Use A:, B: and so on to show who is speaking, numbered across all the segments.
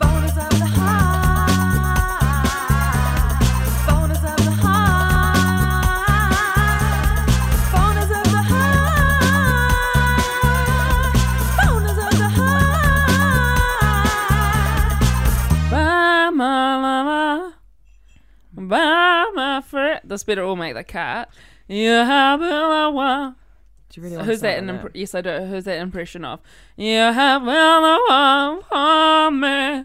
A: Bonus of the high. Bonus of the high. Bonus of the high. Bonus of the high.
B: Bye, my mama. Bye, my friend. That's better. All make the cat. Yeah, have a wa.
C: Do you really want
B: Who's that?
C: in
B: An impr- yes, I do. Who's that impression of? Yeah, have a wa for me.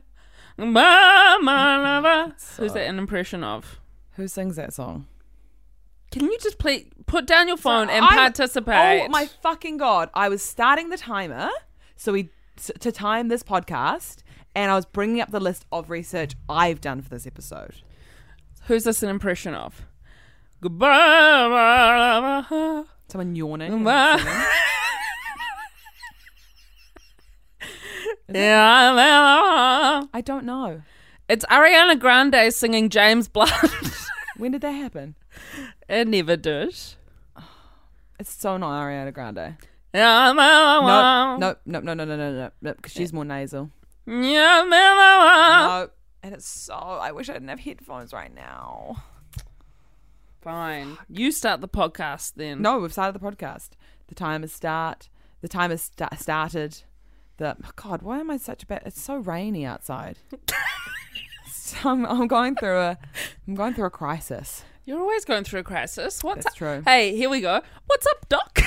B: Bye, my lover. Who's that an impression of?
C: Who sings that song?
B: Can you just please put down your phone and
C: I'm-
B: participate?
C: Oh my fucking god! I was starting the timer, so we s- to time this podcast, and I was bringing up the list of research I've done for this episode.
B: Who's this an impression of? Goodbye, my lover.
C: Someone yawning. and singing.
B: Bye. Yeah, my lover.
C: I don't know.
B: It's Ariana Grande singing James Blunt.
C: When did that happen?
B: it never did.
C: It's so not Ariana Grande.
B: Yeah, my
C: No,
B: lover.
C: no, no, no, no, no, no, no, because she's more nasal.
B: Yeah, my lover.
C: No, and it's so. I wish I didn't have headphones right now.
B: Fine. You start the podcast then.
C: No, we've started the podcast. The time is start. The time is sta- started. The oh God, why am I such a bad? It's so rainy outside. so I'm, I'm going through a, I'm going through a crisis.
B: You're always going through a crisis. What's
C: That's
B: up?
C: true.
B: Hey, here we go. What's up, Doc?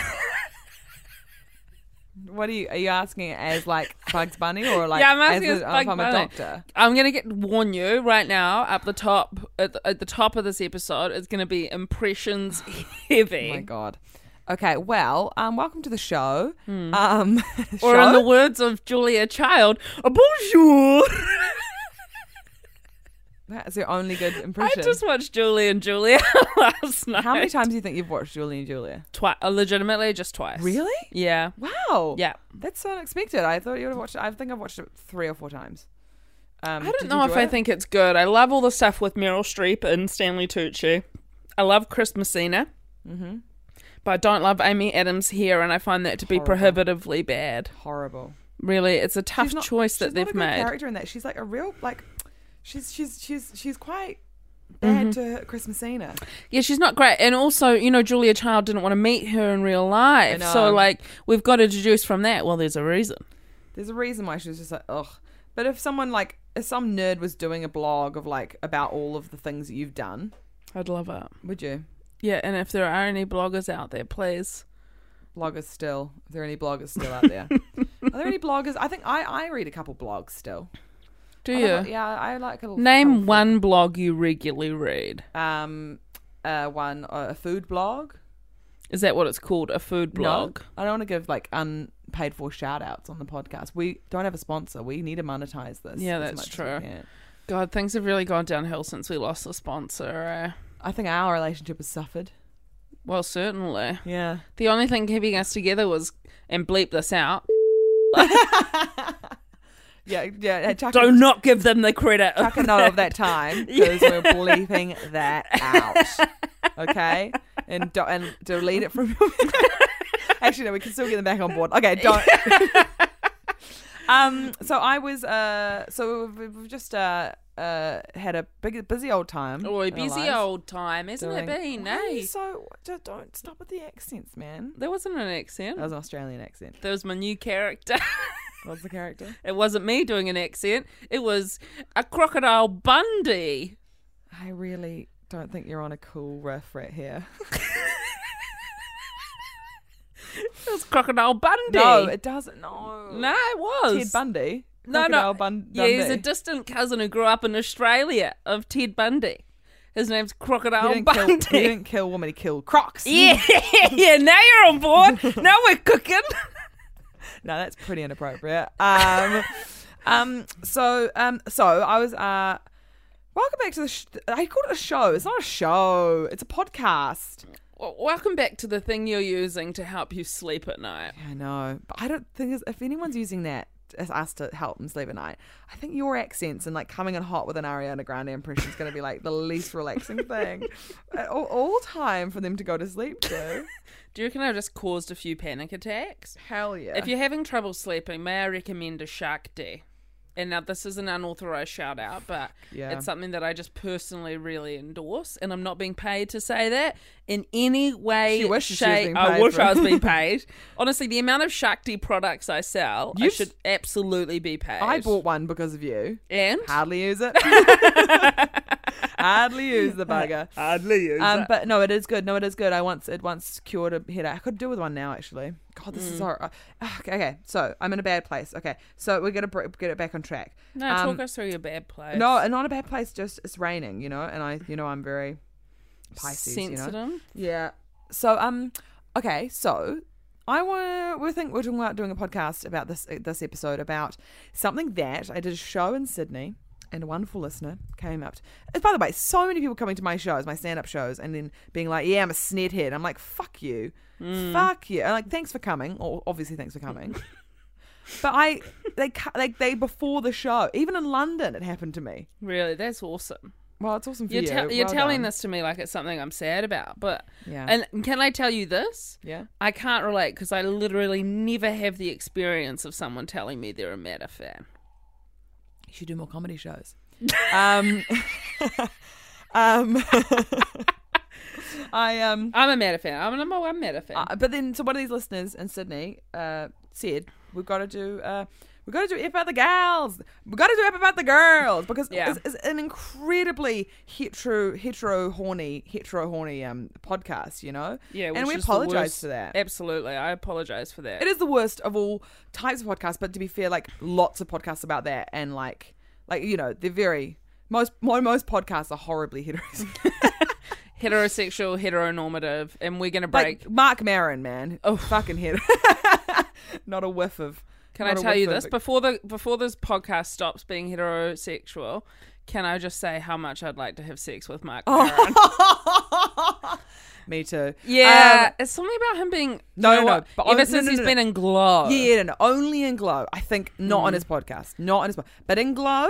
C: What are you? Are you asking it as like Bugs Bunny or like?
B: yeah, I'm asking
C: as
B: this
C: a-
B: bug
C: if I'm a
B: bunny.
C: doctor.
B: I'm gonna get warn you right now. At the top, at the, at the top of this episode, it's gonna be impressions heavy.
C: Oh my God. Okay, well, um, welcome to the show. Um,
B: Hmm. or
C: show?
B: in the words of Julia Child, bonjour.
C: that's your only good
B: I
C: impression.
B: just watched Julie and Julia last night.
C: How many times do you think you've watched Julie and Julia?
B: Twi- uh, legitimately, just twice.
C: Really?
B: Yeah.
C: Wow.
B: Yeah.
C: That's so unexpected. I thought you would have watched it. I think I've watched it three or four times. Um,
B: I
C: did
B: don't
C: you
B: know if
C: enjoy
B: I
C: it?
B: think it's good. I love all the stuff with Meryl Streep and Stanley Tucci. I love Chris Messina. Mm-hmm. But I don't love Amy Adams here, and I find that to be prohibitively bad.
C: horrible
B: Really, it's a tough
C: She's not-
B: choice that
C: she's
B: they've
C: not a good
B: made.
C: Character in that she's like a real like, she's she's she's she's quite
B: Mm-hmm.
C: bad to her, Chris Messina.
B: Yeah, she's not great. And also, you know, Julia Child didn't want to meet her in real life.
C: I
B: So,
C: know.
B: like, we've got to deduce from that. Well, there's a reason.
C: There's a reason why she was just like ugh. But if someone like if some nerd was doing a blog of like about all of the things that you've done,
B: I'd love it.
C: would you?
B: Yeah, and if there are any bloggers out there, please.
C: Bloggers still. If there are any bloggers still out there, are there any bloggers? I think I I read a couple blogs still.
B: Do
C: I
B: you?
C: like- yeah, I like a little
B: Name
C: couple-
B: one blog you regularly read.
C: um uh one uh, a food blog
B: Is that what it's called? A food blog?
C: No, i don't want to give like unpaid for shout outs on the podcast we don't have a sponsor we need to monetize this
B: Yeah,
C: as
B: that's
C: much as
B: true.
C: we can.
B: God, things have really gone downhill since we lost the sponsor. Uh,
C: i think our relationship has suffered
B: well, certainly.
C: yeah
B: The only thing keeping us together was, and bleep this out.
C: yeah yeah chuck,
B: Do
C: a,
B: not give them the credit.
C: chuck a note of that time because we're bleeping that out okay and do, and delete it from your actually no we can still get them back on board okay don't um so i was uh so we've we've just uh uh had a big busy old time
B: Oh,
C: in our
B: busy
C: lives.
B: old time, isn't it
C: doing-
B: been?
C: Why are you
B: Eh?
C: so don't, don't stop with the accents man
B: There wasn't an
C: that
B: accent.
C: was an australian accent
B: There was my new character.
C: what's the character
B: it wasn't me doing an accent. It was a crocodile Bundy.
C: i really don't think you're on a cool riff right here
B: It was crocodile Bundy.
C: no it doesn't no
B: no, it was.
C: ted bundy
B: No, no.
C: Crocodile Bun-
B: Yeah, he's a
C: Dundee.
B: distant cousin who grew up in Australia of Ted Bundy. His name's
C: he
B: Crocodile
C: didn't, kill,
B: Bundy.
C: he didn't kill women he killed crocs
B: yeah, yeah, now you're on board. now we're cooking.
C: no, that's pretty inappropriate. Um, um, so, um, so I was. Uh, welcome back to the. Sh- I called it a show. It's not a show. It's a podcast.
B: Well, welcome back to the thing you're using to help you sleep at night.
C: I know, but I don't think it's- if anyone's using that as us to help them sleep at night, I think your accents and like coming in hot with an Ariana Grande impression is going to be like the least relaxing thing at all, all time for them to go to sleep to.
B: Do you reckon I just caused a few panic attacks?
C: Hell yeah!
B: If you're having trouble sleeping, may I recommend a Shark Day? And now this is an unauthorized shout out, but
C: Yeah.
B: it's something that I just personally really endorse, and I'm not being paid to say that in any way.
C: She wishes she was
B: shape-
C: being
B: I
C: paid
B: wish
C: for
B: I was
C: it.
B: being paid. Honestly, the amount of Shark Day products I sell, I
C: You've-
B: should absolutely be paid.
C: I bought one because of you.
B: and
C: Hardly use it. Hardly use the bugger.
B: hardly use
C: Um, but no, it is good. No, it is good. I once it once cured a headache. I could do with one now, actually. God, this
B: Mm.
C: is horrible. Okay, okay, so I'm in a bad place. Okay, so we're gonna br- get it back on track.
B: No,
C: Um,
B: talk us through your bad place.
C: No, and not a bad place. Just it's raining, you know, and I, you know, I'm very Pisces,
B: sensitive.
C: you know. Yeah. So um, okay, so I want we think we're talking about doing a podcast about this this episode about something that I did a show in Sydney. And a wonderful listener came up. To, by the way, so many people coming to my shows, my stand-up shows, and then being like, "Yeah, I'm a snedhead." I'm like, "Fuck you,
B: Mm.
C: fuck you." And like, thanks for coming. Or obviously, thanks for coming. but I, they, cu- like, they before the show, even in London, it happened to me.
B: Really, that's awesome.
C: Well, it's awesome for
B: You're,
C: you.
B: tell- you're
C: Well
B: telling
C: done.
B: this to me like it's something I'm sad about, but
C: Yeah.
B: And can I tell you this?
C: Yeah.
B: I can't relate because I literally never have the experience of someone telling me they're a Meta fan.
C: You should do more comedy shows. um, um, I um,
B: I'm a Meta fan. I'm, I'm a I'm Meta fan.
C: uh, but then so one of these listeners in Sydney uh said we've got to do uh. We've got to do it about the gals. We've got to do it about the girls because
B: Yeah.
C: it's, it's an incredibly hetero, hetero horny, hetero horny um, podcast, you know.
B: yeah,
C: and
B: which
C: we
B: is the
C: apologize
B: worst-
C: for that.
B: Absolutely, I apologize for that.
C: It is the worst of all types of podcasts, but to be fair, like lots of podcasts about that, and like, like you know, they're very most mo- most podcasts are horribly heterosexual.
B: heterosexual, heteronormative, and we're gonna break.
C: like Mark Maron, man, oh fucking head, not a whiff of.
B: Can I
C: not a
B: tell you
C: whiff
B: this
C: of-
B: before the before this podcast stops being heterosexual? Can I just say how much I'd like to have sex with Mark? Maron?
C: Me too.
B: yeah,
C: Um,
B: it's something about him being
C: No,
B: you know
C: no,
B: what?
C: but
B: ever
C: I- no,
B: since
C: no,
B: he's
C: no,
B: been
C: no.
B: in Glow,
C: yeah, yeah, no, only in Glow. I think not
B: Hmm.
C: on his podcast, not on his, po- but in Glow,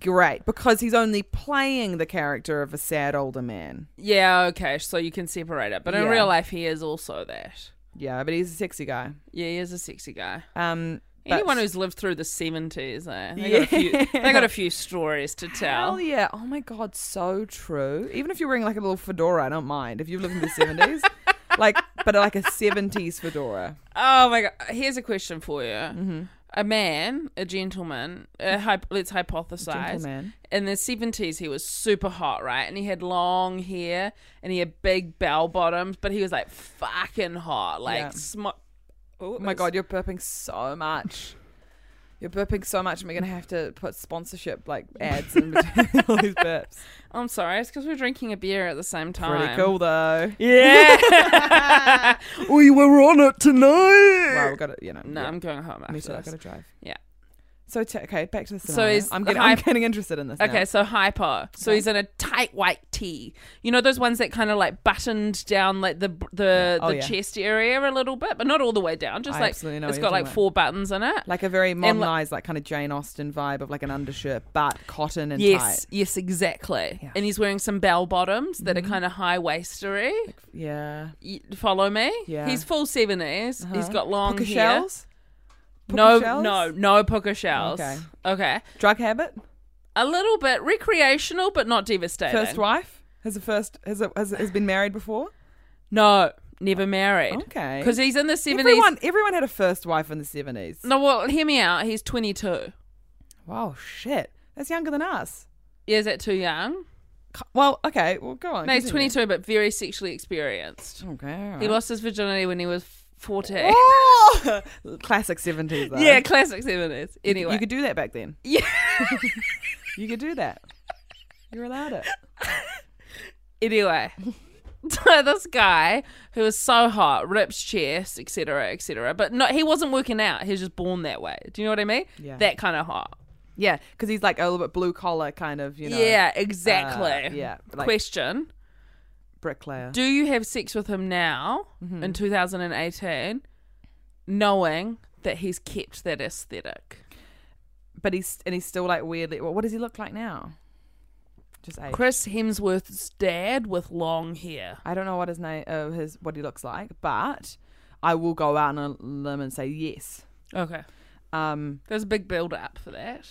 C: great because he's only playing the character of a sad older man.
B: Yeah, okay, so you can separate it. But in
C: Yeah.
B: real life, he is also that.
C: Yeah, but he's a sexy guy.
B: Yeah, he is a sexy guy.
C: Um, but-
B: Anyone who's lived through the 70s, eh? They, got a few, they got a few stories to tell.
C: Hell yeah. Oh my God, so true. Even if you're wearing like a little fedora, I don't mind. If you live in the 70s, like, but like a 70s fedora.
B: Oh my God. Here's a question for you.
C: Mm-hmm.
B: A man, a gentleman, a hy- let's hypothesize.
C: gentleman.
B: In the 70s, he was super hot, right? And he had long hair and he had big bell bottoms, but he was like fucking hot. Like,
C: Yeah.
B: smo-
C: Oh my God, you're burping so much. You're burping so much, and we're going to have to put sponsorship like ads in between all these burps.
B: I'm sorry, it's because we're drinking a beer at the same time.
C: Pretty cool though.
B: Yeah. we were on it tonight.
C: Wow, we've got to, you know.
B: no,
C: yeah.
B: I'm going home after
C: Me too, I've
B: this.
C: got to drive.
B: Yeah.
C: So, t- okay, back to the
B: So
C: scenario.
B: is
C: So I'm,
B: the
C: getting, I'm
B: hype-
C: getting interested in this. now.
B: Okay, so hyper. So he's in a tight white tee. You know those ones that kind of like buttoned down like the the,
C: Oh,
B: the
C: yeah.
B: chest area a little bit, but not all the way down. Just
C: I
B: like
C: absolutely know
B: it's
C: what
B: got
C: you're
B: like
C: talking
B: four buttons in it.
C: Like a very
B: like-
C: modernized, like, kind of Jane Austen vibe of like an undershirt, but cotton and
B: yes,
C: tight.
B: yes, exactly.
C: Yeah. Mm-hmm.
B: And he's wearing some bell bottoms that are kind of high waistery.
C: Yeah.
B: Y- Follow me.
C: Yeah.
B: He's full 70s he He's
C: Uh-huh.
B: got long
C: Puka
B: hair.
C: shells? Puka
B: no,
C: shells?
B: no, no puka shells.
C: Okay.
B: Okay.
C: Drug habit?
B: A little bit recreational, but not devastating.
C: First wife? Has a first has a, has, has been married before?
B: No, never married.
C: Okay.
B: Because he's in the seventies.
C: Everyone everyone had a first wife in the seventies.
B: No, well, hear me out. He's twenty-two.
C: Wow, shit. That's younger than us.
B: Is that too young?
C: C- Well, okay, well go on.
B: No, he's
C: continue.
B: twenty-two, but very sexually experienced.
C: Okay. Oh, all
B: He
C: right.
B: lost his virginity when he was forty.
C: Oh! Classic seventies though.
B: Yeah, classic seventies. Anyway,
C: You could do that back then.
B: yeah.
C: You could do that. You're allowed it.
B: anyway, So this guy who was so hot, ripped chest, etc., etc. But no, he wasn't working out. He was just born that way. Do you know what I mean?
C: Yeah.
B: That kind of hot.
C: Yeah, because he's like a little bit blue collar kind of, you know. Uh,
B: yeah, exactly.
C: yeah, like-
B: Question:
C: bricklayer.
B: Do you have sex with him now
C: Mm-hmm.
B: in 2018, knowing that he's kept that aesthetic?
C: but he's and he's still like weirdly. Well, what does he look like now? Just age.
B: Chris Hemsworth's dad with long hair.
C: I don't know what his name, uh, his what he looks like, but I will go out on a limb and say yes.
B: Okay,
C: Um,
B: there's a big build up for that.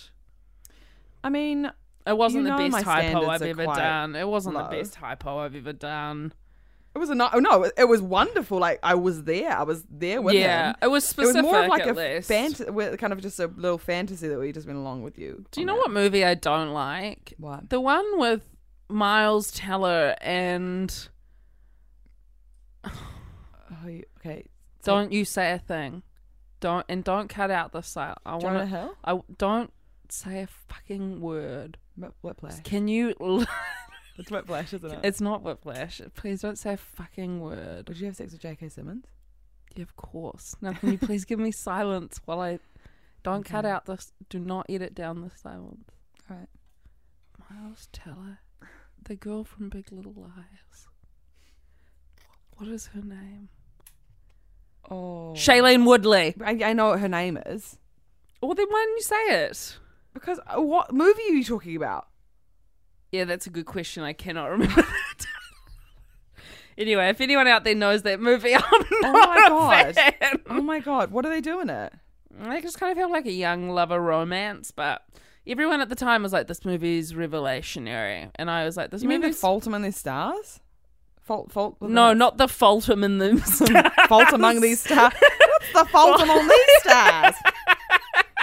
C: I mean,
B: It wasn't
C: You know
B: the
C: my
B: best hypo
C: standards
B: I've
C: are
B: ever
C: quite
B: done. It wasn't
C: low.
B: the best hypo I've ever done.
C: it was a no, no, it was wonderful. Like I was there, I was there with
B: Yeah,
C: him.
B: it was
C: It was more of
B: specific
C: like
B: at
C: a
B: least.
C: fant- well, kind of just a little fantasy that we just went along with you.
B: Do you know what movie I don't like?
C: What?
B: The one with Miles Teller and
C: Oh, you- okay,
B: Don't You Say a Thing. Don't and don't cut out the silence. I
C: Jonah
B: want
C: Hill.
B: I don't say a fucking word.
C: Wh- Whiplash.
B: Can you? l-
C: It's Whiplash, isn't it?
B: it's not Whiplash. Please don't say a fucking word.
C: Would you have sex with J.K. Simmons?
B: Yeah, of course. Now, can you please give me silence while I don't cut out this? Do not edit down the silence.
C: All right.
B: Miles Teller, the girl from Big Little Lies. What is her name?
C: Oh,
B: Shailene Woodley.
C: I, I know what her name is.
B: Well, then why didn't you say it?
C: Because uh, what movie are you talking about?
B: Yeah, that's a good question. I cannot remember. that. anyway, if anyone out there knows that movie, I'm
C: Oh
B: not
C: my
B: a
C: god!
B: fan.
C: Oh my god! What are they doing it?
B: I just kind of felt like a young lover romance, but everyone at the time was like, "This movie's revelationary," and I was like, "This
C: You mean they
B: movie's
C: fault among these stars? Fault, fault.
B: no, not the fault in the
C: fault among these stars. What's the fault among these stars?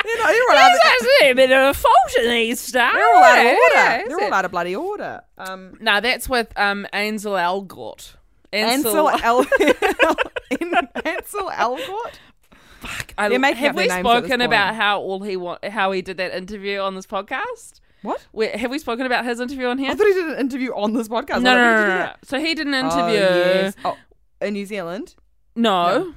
C: You know, you're all out of,
B: a bit of a fault in these stars.
C: they're all out of order. they're all out of bloody order. Um,
B: No, that's with um Ansel Elgort.
C: Ansel El- Ansel Elgort.
B: I,
C: They're making
B: have
C: up their
B: we
C: names at this
B: spoken
C: point.
B: about how all he wa- how he did that interview on this podcast?
C: What?
B: Wait, have we spoken about his interview on here?
C: I thought he did an interview on this podcast.
B: no, no,
C: Why did
B: no,
C: he
B: no,
C: do
B: no.
C: that?
B: So he did an
C: Oh,
B: interview.
C: yes. Oh, in New Zealand.
B: No.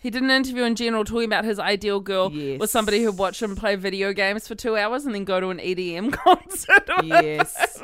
B: He did an interview in general talking about his ideal girl
C: Yes.
B: was somebody who watched him play video games for two hours and then go to an EDM concert.
C: yes.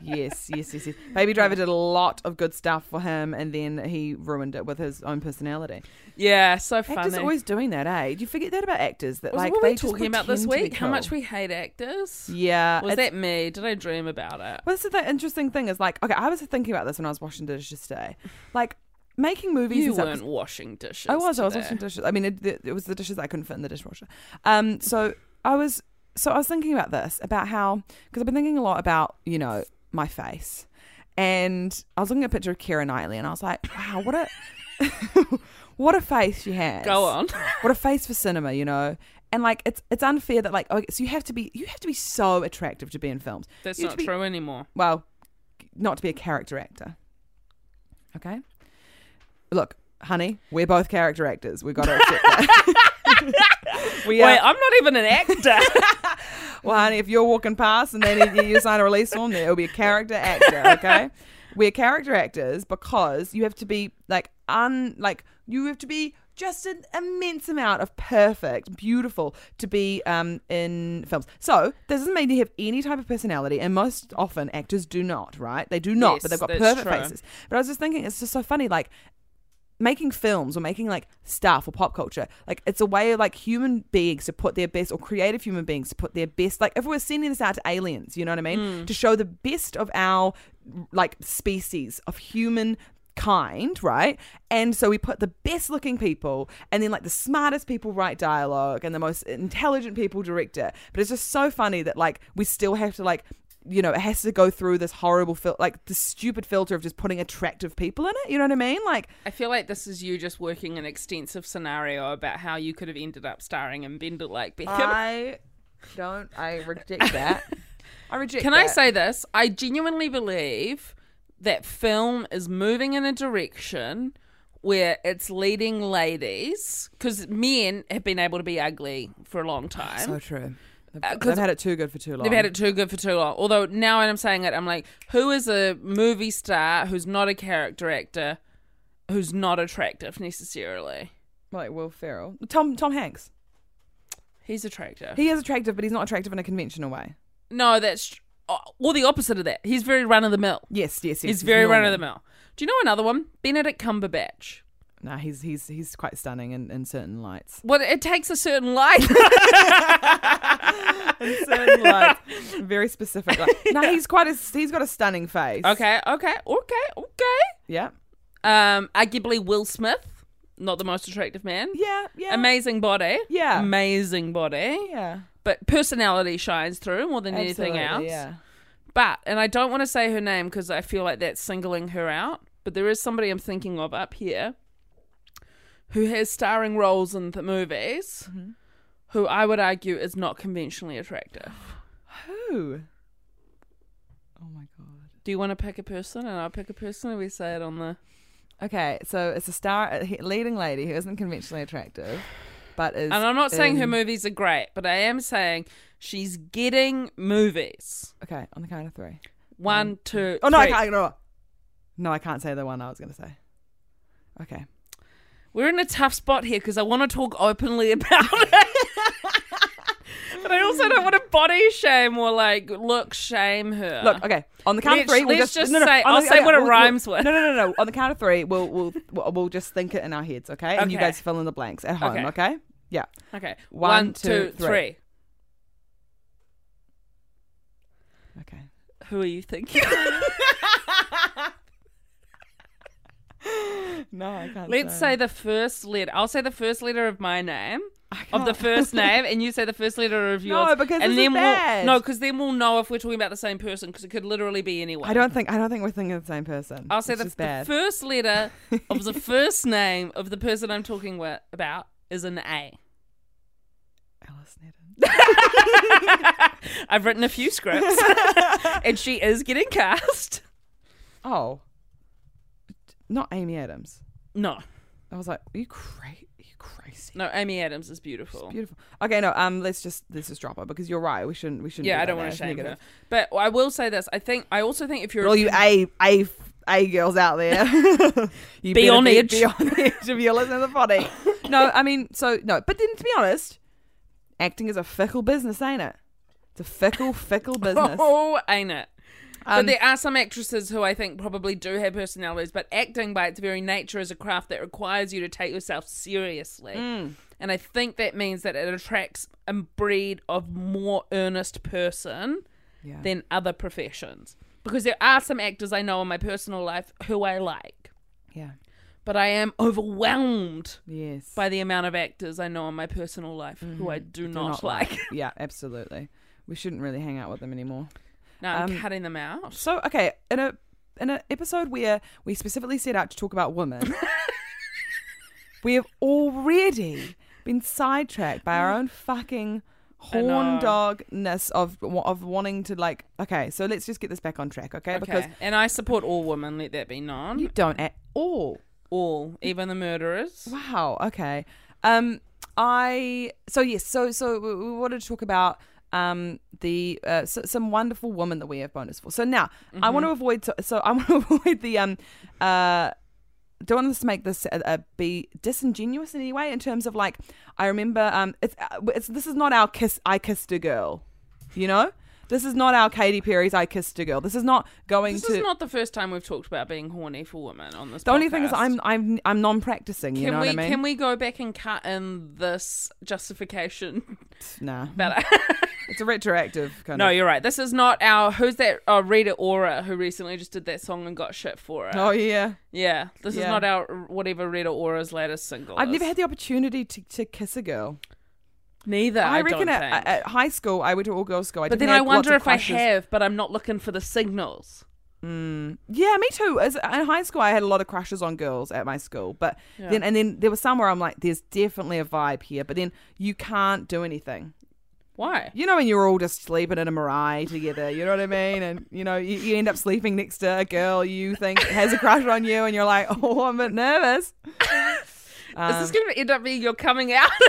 C: Yes, yes, yes, yes. Baby Driver did a lot of good stuff for him, and then he ruined it with his own personality.
B: Yeah, so
C: Actors
B: funny.
C: are always doing that, eh? Do you forget that about actors? That
B: was
C: like
B: what
C: they
B: we
C: just
B: talking about this
C: pretend to
B: week?
C: be
B: How much
C: cool.
B: we hate actors?
C: Yeah.
B: Was
C: it's-
B: that me? Did I dream about it?
C: Well, this is the interesting thing is like, okay, I was thinking about this when I was washing dishes today. Like making movies.
B: You
C: and stuff-
B: weren't washing dishes.
C: I was. I was
B: today.
C: washing dishes. I mean, it, it, it was the dishes I couldn't fit in the dishwasher. Um, so I was. So I was thinking about this, about how because I've been thinking a lot about you know my face, and I was looking at a picture of Kira Knightley, and I was like, wow, what a what a face she has.
B: Go on.
C: what a face for cinema, you know. And like it's it's unfair that like oh, so you have to be you have to be so attractive to be in films.
B: That's
C: You have
B: not
C: to be-
B: true anymore.
C: well, not to be a character actor. Okay? Look, honey, we're both character actors. We've got to accept that. we
B: Wait,
C: are,
B: I'm not even an actor.
C: well, honey, if you're walking past and then you, you sign a release form, there will be a character actor, okay? We're character actors because you have to be like un like you have to be just an immense amount of perfect, beautiful to be um, in films. So this doesn't mean you have any type of personality, and most often actors do not, right? They do not,
B: Yes,
C: but they've got
B: that's
C: perfect
B: true.
C: faces. But I was just thinking, it's just so funny, like making films or making like stuff or pop culture like it's a way of like human beings to put their best or creative human beings to put their best like if we we're sending this out to aliens you know what i mean to show the best of our like species of human kind right and so we put the best looking people and then like the smartest people write dialogue and the most intelligent people direct it but it's just so funny that like we still have to like you know, it has to go through this horrible, fil- like the stupid filter of just putting attractive people in it. You know what I mean? Like,
B: I feel like this is you just working an extensive scenario about how you could have ended up starring in Bender like Beckham.
C: I don't. I reject that. I reject.
B: Can I say this? I genuinely believe that film is moving in a direction where it's leading ladies because men have been able to be ugly for a long time.
C: Oh, true. They've,
B: Uh, 'cause
C: they've had it too good for too long.
B: They've had it too good for too long. Although now when I'm saying it, I'm like, who is a movie star who's not a character actor, who's not attractive necessarily?
C: like Will Ferrell, Tom Tom Hanks.
B: He's attractive.
C: He is attractive, but he's not attractive in a conventional way.
B: no, that's tr- or the opposite of that. He's very run of the mill.
C: Yes, yes, yes.
B: he's, very
C: normal.
B: run of the mill. Do you know another one? Benedict Cumberbatch.
C: Nah, he's he's he's quite stunning in, in certain lights.
B: Well, it takes a certain light.
C: In certain lights, very specific. Like, No, he's quite a he's got a stunning face.
B: okay, okay, okay, okay.
C: Yeah.
B: Um, arguably Will Smith, not the most attractive man.
C: Yeah. Yeah.
B: Amazing body.
C: Yeah.
B: Amazing body.
C: Yeah.
B: But personality shines through more than anything else.
C: Absolutely, Yeah.
B: But, and I don't want to say her name because I feel like that's singling her out, but there is somebody I'm thinking of up here who has starring roles in the movies
C: Mm-hmm.
B: who I would argue is not conventionally attractive.
C: Who? Oh my god.
B: Do you want to pick a person? And I'll pick a person and we say it on the.
C: Okay, so it's a star, a he- leading lady who isn't conventionally attractive, but is. um,
B: And I'm not saying her
C: in-
B: movies are great, but I am saying she's getting movies.
C: Okay, on the count of three.
B: One, two,
C: Oh no, I
B: three.
C: can't. No, no, I can't say the one I was going to say. Okay.
B: We're in a tough spot here because I want to talk openly about it. but I also don't want to body shame or like look shame her.
C: Look, okay. On the count
B: Let's-
C: of three, we'll
B: Uh, let's
C: just,
B: just
C: no, no,
B: say-
C: on the-
B: I'll say what it
C: we'll-
B: rhymes
C: we'll-
B: with.
C: No, no, no, no. On the count of three, we'll we'll we'll we'll just think it in our heads, okay? And you
B: Okay.
C: guys fill in the blanks at
B: Okay.
C: home, okay? Yeah.
B: okay,
C: One,
B: one, two, three.
C: two, three. Okay.
B: Who are you thinking?
C: No, I can't.
B: Let's say the first letter. I'll say the first letter of my name. Of the
C: can't.
B: first name, and you say the first letter of yours.
C: because
B: and
C: this is
B: then
C: bad.
B: we'll no, because then we'll know if we're talking about the same person, because it could literally be anyone.
C: I don't think I don't think we're thinking of the same person.
B: I'll say
C: It's
B: the,
C: just
B: the
C: bad.
B: first letter of the first name of the person I'm talking wi- about is an A.
C: Alice Nedden.
B: I've written a few scripts, and she is getting cast.
C: Oh, not Amy Adams.
B: No,
C: I was like, are you crazy? Are you crazy?
B: no, Amy Adams is beautiful.
C: Beautiful. Okay, no. Um, let's just let's just drop her because you're right. We shouldn't. We shouldn't.
B: Yeah,
C: do
B: I don't
C: that
B: want to
C: now.
B: shame
C: It's
B: her,
C: negative.
B: but I will say this: I think I also think if you're
C: For all you A A f- A girls out there, you
B: Be
C: better
B: on
C: be,
B: edge.
C: Be on edge if you're listening to the potty. no, I mean, so no. But then, to be honest, acting is a fickle business, ain't it? It's a fickle, fickle business.
B: oh, ain't it? but
C: Um,
B: there are some actresses who I think probably do have personalities, but acting by its very nature is a craft that requires you to take yourself seriously. And I think that means that it attracts a breed of more earnest person
C: Yeah.
B: than other professions. Because there are some actors I know in my personal life who I like,
C: yeah.
B: but I am overwhelmed
C: Yes.
B: by the amount of actors I know in my personal life who I do,
C: Do
B: not, like.
C: yeah, absolutely. We shouldn't really hang out with them anymore.
B: No, I'm
C: Um,
B: cutting them out.
C: So okay, in a in an episode where we specifically set out to talk about women, we have already been sidetracked by our own fucking horn
B: know.
C: dogness of wa- of wanting to like. Okay, so let's just get this back on track, okay? Because
B: Okay. And I support all women, let that be known.
C: you don't at all.
B: all, even the murderers.
C: Wow. Okay. Um. I. So yes. So so we, we wanted to talk about um the uh, s some wonderful women that we have bonus for. So now I
B: Mm-hmm.
C: want to avoid. So, so I want to avoid the um uh. Don't want us to make this uh, uh, be disingenuous in any way. In terms of like, I remember um, it's, uh, it's this is not our kiss. I kissed a girl, you know. This is not our Katy Perry's I kissed a girl. This is not going
B: This
C: to.
B: is not the first time we've talked about being horny for women on this.
C: the only thing is,
B: podcast.
C: I'm I'm I'm non-practicing. You
B: Can
C: know
B: we
C: what I mean?
B: can we go back and cut in this justification?
C: Nah.
B: About
C: It's a retroactive kind
B: no,
C: of.
B: you're right. This is not our. Who's that? Uh, Rita Ora, who recently just did that song and got shit for it.
C: Oh yeah.
B: yeah. This is
C: yeah.
B: not our whatever Rita Ora's latest single.
C: I've
B: is.
C: never had the opportunity to, to kiss a girl.
B: neither. I,
C: I, reckon
B: don't
C: at,
B: think.
C: at high school I went to all girls school. I
B: but then
C: definitely
B: I
C: had lots
B: wonder
C: of
B: if I
C: crushes.
B: have, but I'm not looking for the signals.
C: Yeah, me too. As in high school, I had a lot of crushes on girls at my school. But then and then there was somewhere I'm like, there's definitely a vibe here. But then you can't do anything.
B: Why?
C: You know, when you're all just sleeping in a marae together. You know what I mean? And you know, you, you end up sleeping next to a girl you think has a crush on you, and you're like, oh, I'm a bit nervous. Um,
B: is this going to end up being your coming out?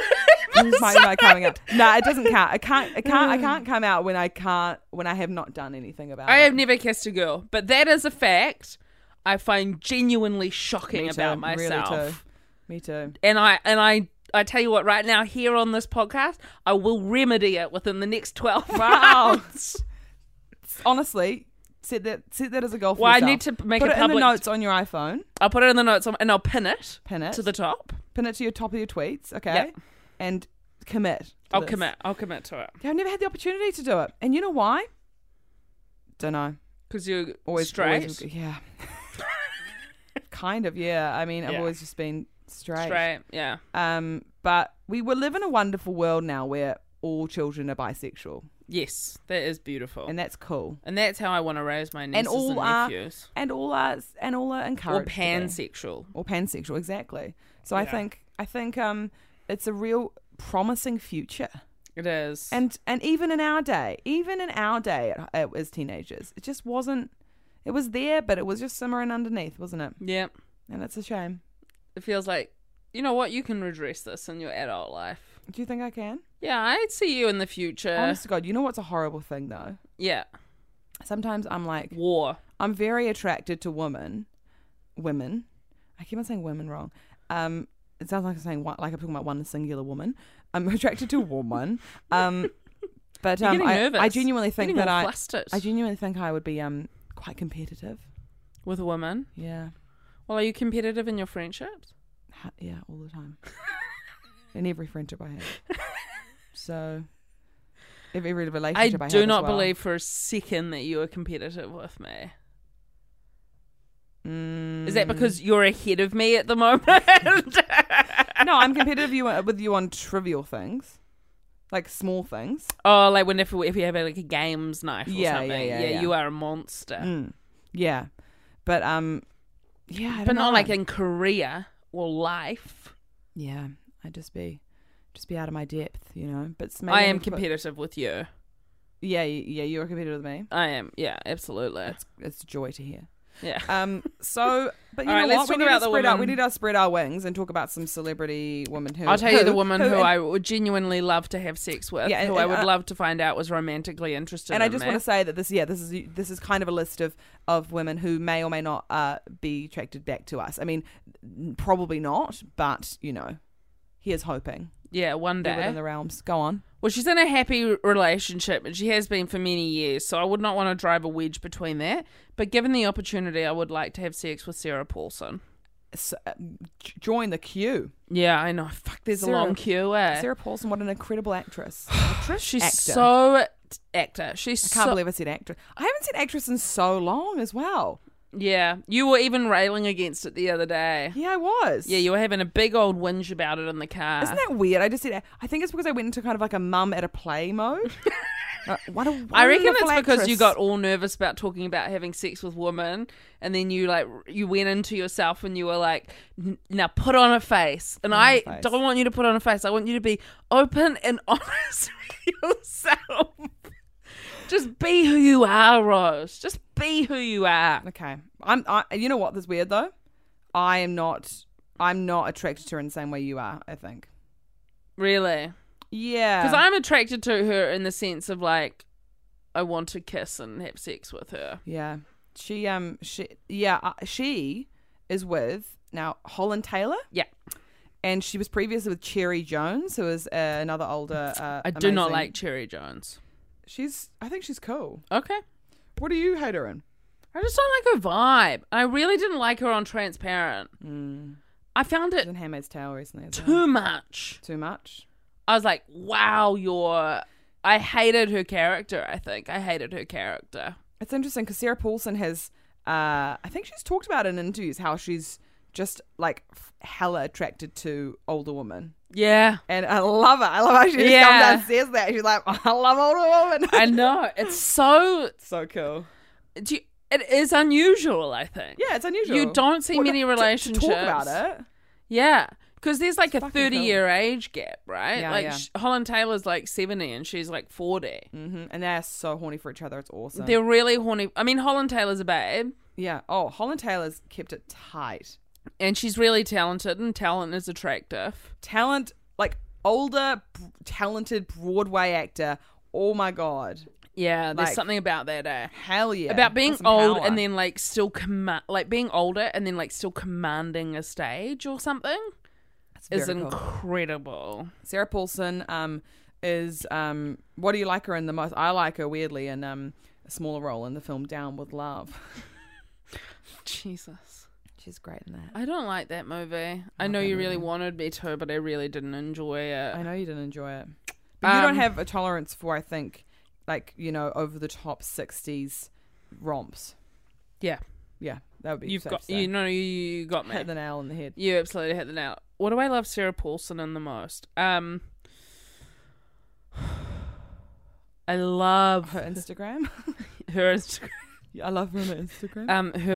C: I'm fighting about coming out. No, it doesn't count. I can't. I can't. I can't come out when I can't. When I have not done anything about
B: Mm. I
C: it.
B: have never kissed a girl, but that is a fact I find genuinely shocking
C: Me too,
B: about myself.
C: Really too. Me too.
B: And I and I I tell you what, right now here on this podcast, I will remedy it within the next twelve
C: Wow.
B: months.
C: Honestly, set that set that as a goal. For
B: Well, I
C: yourself.
B: need to make
C: Put
B: a
C: it in
B: public-
C: the notes on your iPhone.
B: I'll put it in the notes on- and I'll pin it,
C: Pin it.
B: to the top.
C: Pin it to your top of your tweets. Okay.
B: Yep.
C: And commit. to
B: I'll
C: this.
B: commit. I'll commit to it
C: Yeah, I've never had the opportunity to do it, and you know why? Don't know.
B: because you're
C: Always
B: straight.
C: always- yeah. kind of. Yeah. I mean, I've
B: Yeah.
C: always just been
B: straight. Yeah.
C: Um, but we will live in a wonderful world now where all children are bisexual,
B: Yes, that is beautiful,
C: and
B: and,
C: that's cool.
B: that's how I want to raise my nieces and,
C: And all are
B: nephews.
C: and all are and all are
B: Or
C: encouraged. to be.
B: pansexual.
C: or pansexual, exactly. So I think I think um, it's a real promising future.
B: It is.
C: And and even in our day, even in our day uh, as teenagers, it just wasn't. It was there, but it was just simmering underneath, wasn't it?
B: yeah,
C: And it's a shame.
B: it feels like you know what you can redress this in your adult life.
C: Do you think I can?
B: Yeah, I see you in the future.
C: Honest to God, you know what's a horrible thing though.
B: yeah,
C: Sometimes I'm like,
B: war.
C: I'm very attracted to women. Women. I keep on saying women wrong. Um, it sounds like I'm saying one, like I'm talking about one singular woman. I'm attracted to a woman. Um, but um,
B: getting
C: I,
B: nervous.
C: I genuinely think
B: Getting
C: that
B: all
C: I,
B: flustered.
C: I genuinely think I would be um quite competitive.
B: with women.
C: Yeah,
B: Well, are you competitive in your friendships?
C: Ha- yeah, all the time. In every friendship I have. So, every every
B: I
C: relationship I, have
B: do
C: as
B: not
C: well.
B: believe for a second that you are competitive with me. Is
C: Mm.
B: that because you're ahead of me at the moment?
C: No, I'm competitive you, with you on trivial things, like small things.
B: oh, like when if we, if we have like a games knife or
C: Yeah, yeah,
B: something.
C: yeah, yeah. Mm.
B: you are a monster.
C: Yeah, but um, yeah, I don't
B: But
C: know.
B: not like in career or life.
C: yeah, I'd just be, just be out of my depth, you know. But s- maybe
B: I am
C: could put-
B: competitive with you.
C: Yeah, y- yeah, you're a competitor with me.
B: I am. Yeah, absolutely.
C: It's it's a joy to hear.
B: yeah.
C: Um, so, but you
B: All
C: know
B: right,
C: what?
B: let's
C: we
B: talk
C: need
B: about
C: to
B: the
C: spread out. We
B: woman.
C: need to spread our wings and talk about some celebrity women who.
B: I'll tell you the woman who,
C: and-
B: I would genuinely love to have sex with,
C: Yeah, and-
B: who I
C: and
B: would
C: I-
B: love to find out was romantically interested
C: And
B: in
C: I just
B: me.
C: want to say that this, yeah, this is this is kind of a list of of women who may or may not uh, be attracted back to us. I mean, probably not, but you know, here's hoping.
B: Yeah, one
C: They're
B: day.
C: within the realms. Go on.
B: Well, she's in a happy relationship, and she has been for many years, so I would not want to drive a wedge between that. But given the opportunity, I would like to have sex with Sarah Paulson.
C: S uh, j- join the queue.
B: Yeah, I know. Fuck, there's
C: Sarah-
B: a long queue. Eh?
C: Sarah Paulson, what an incredible actress.
B: she's
C: actor.
B: so actor. She's
C: I can't
B: so
C: believe I said actress. I haven't seen actress in so long as well.
B: yeah. You were even railing against it the other day.
C: Yeah, I was.
B: Yeah, you were having a big old whinge about it in the car.
C: Isn't that weird? I just said, I think it's because I went into kind of like a mum at a play mode. Uh, what a
B: I reckon it's
C: wonderful
B: because you
C: actress.
B: got all nervous about talking about having sex with women, and then you like you went into yourself and you were like, "N- "Now put on a face," and I
C: face.
B: don't want you to put on a face. I want you to be open and honest with yourself. Just be who you are, Rose. Just be who you are.
C: Okay. I'm. I, you know what? That's weird though. I am not. I'm not attracted to her in the same way you are. I think.
B: Really,
C: Yeah.
B: because I'm attracted to her in the sense of like, I want to kiss and have sex with her.
C: Yeah. She. Um. She. Yeah. Uh, she is with now Holland Taylor,
B: Yeah,
C: and she was previously with Cherry Jones, who is uh, another older. Uh,
B: I do not
C: amazing-
B: like Cherry Jones.
C: She's. I think she's cool.
B: Okay.
C: What do you hate her in?
B: I just don't like her vibe. I really didn't like her on Transparent. I found
C: She's
B: it
C: in Handmaid's Tale recently. As well.
B: too much.
C: Too much.
B: I was like, wow, you're. I hated her character, I think. I hated her character.
C: It's interesting because Sarah Paulson has, uh, I think she's talked about in interviews how she's just like f- hella attracted to older women.
B: Yeah.
C: And I love it. I love how she just
B: Yeah.
C: comes down and says that. She's like, I love older women.
B: I know. It's so.
C: so cool.
B: Do you- it is unusual, I think.
C: Yeah, it's unusual.
B: You don't see many
C: to-
B: relationships.
C: To, talk about it.
B: Yeah. Because there's like a
C: fucking
B: 30 year age gap, right?
C: Yeah,
B: like
C: yeah.
B: sh- Holland Taylor's like 70 and she's like 40.
C: Mhm. And they're so horny for each other. It's awesome.
B: They're really horny. I mean, Holland Taylor's a babe.
C: yeah. Oh, Holland Taylor's kept it tight.
B: and she's really talented and talent is attractive
C: Talent, like older, b- talented Broadway actor. Oh my god,
B: Yeah, there's
C: Like-
B: something about that. Eh?
C: hell yeah!
B: about being
C: Got some
B: old
C: power.
B: and then like still command, like being older and then like still commanding a stage or something
C: It's
B: is
C: very cool.
B: incredible.
C: Sarah Paulson um, is um, what do you like her in the most? I like her weirdly in um, a smaller role in the film Down with Love.
B: Jesus,
C: She's great in that.
B: I don't like that movie. I know you really wanted me to, but I really didn't enjoy
C: I
B: it.
C: know you didn't enjoy it, but you
B: Um,
C: don't have a tolerance for I think like you know over the top '60s romps.
B: Yeah,
C: Yeah, that would be
B: you've
C: safe
B: got
C: to say.
B: you know you, you got me.
C: hit the nail on the head.
B: You absolutely hit the nail. What do I love Sarah Paulson in the most? Um, I love
C: Her Instagram. Uh,
B: her. Instagram-
C: I love her on Instagram.
B: Um, her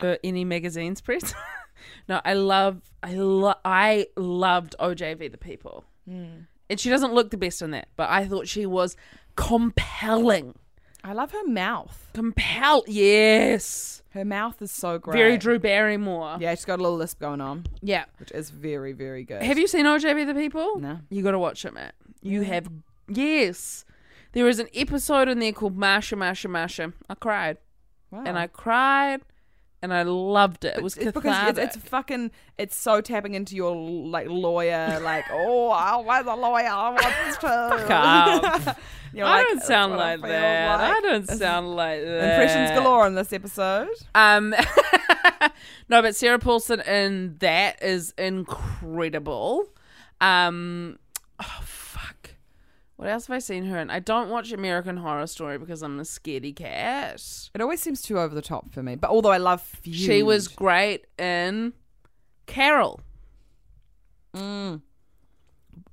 B: uh, any magazines press. no, I love, I lo- I loved OJV the People,
C: Mm.
B: and she doesn't look the best in that, but I thought she was compelling.
C: I love her mouth.
B: Compel, yes,
C: Her mouth is so great.
B: very Drew Barrymore.
C: Yeah, she's got a little lisp going on,
B: yeah.
C: which is very, very good.
B: Have you seen OJV the People?
C: No. Mm-hmm.
B: You got to watch it, Matt. You have, yes. There is an episode in there called Marsha, Marsha, Marsha. I cried
C: Wow.
B: and I cried, and I loved it. It was
C: it's
B: cathartic.
C: because it's, it's fucking it's so tapping into your like lawyer like oh I was a lawyer I want to
B: Fuck off.
C: You're
B: I
C: like,
B: don't
C: "That's
B: sound
C: what I
B: like
C: feel
B: that.
C: like."
B: I don't sound like that.
C: impressions galore on this episode
B: Um, no, but Sarah Paulson in that is incredible. Um, oh fuck, what else have I seen her in? I don't watch American Horror Story because I'm a scaredy cat.
C: it always seems too over the top for me but although I love feud
B: She was great in Carol.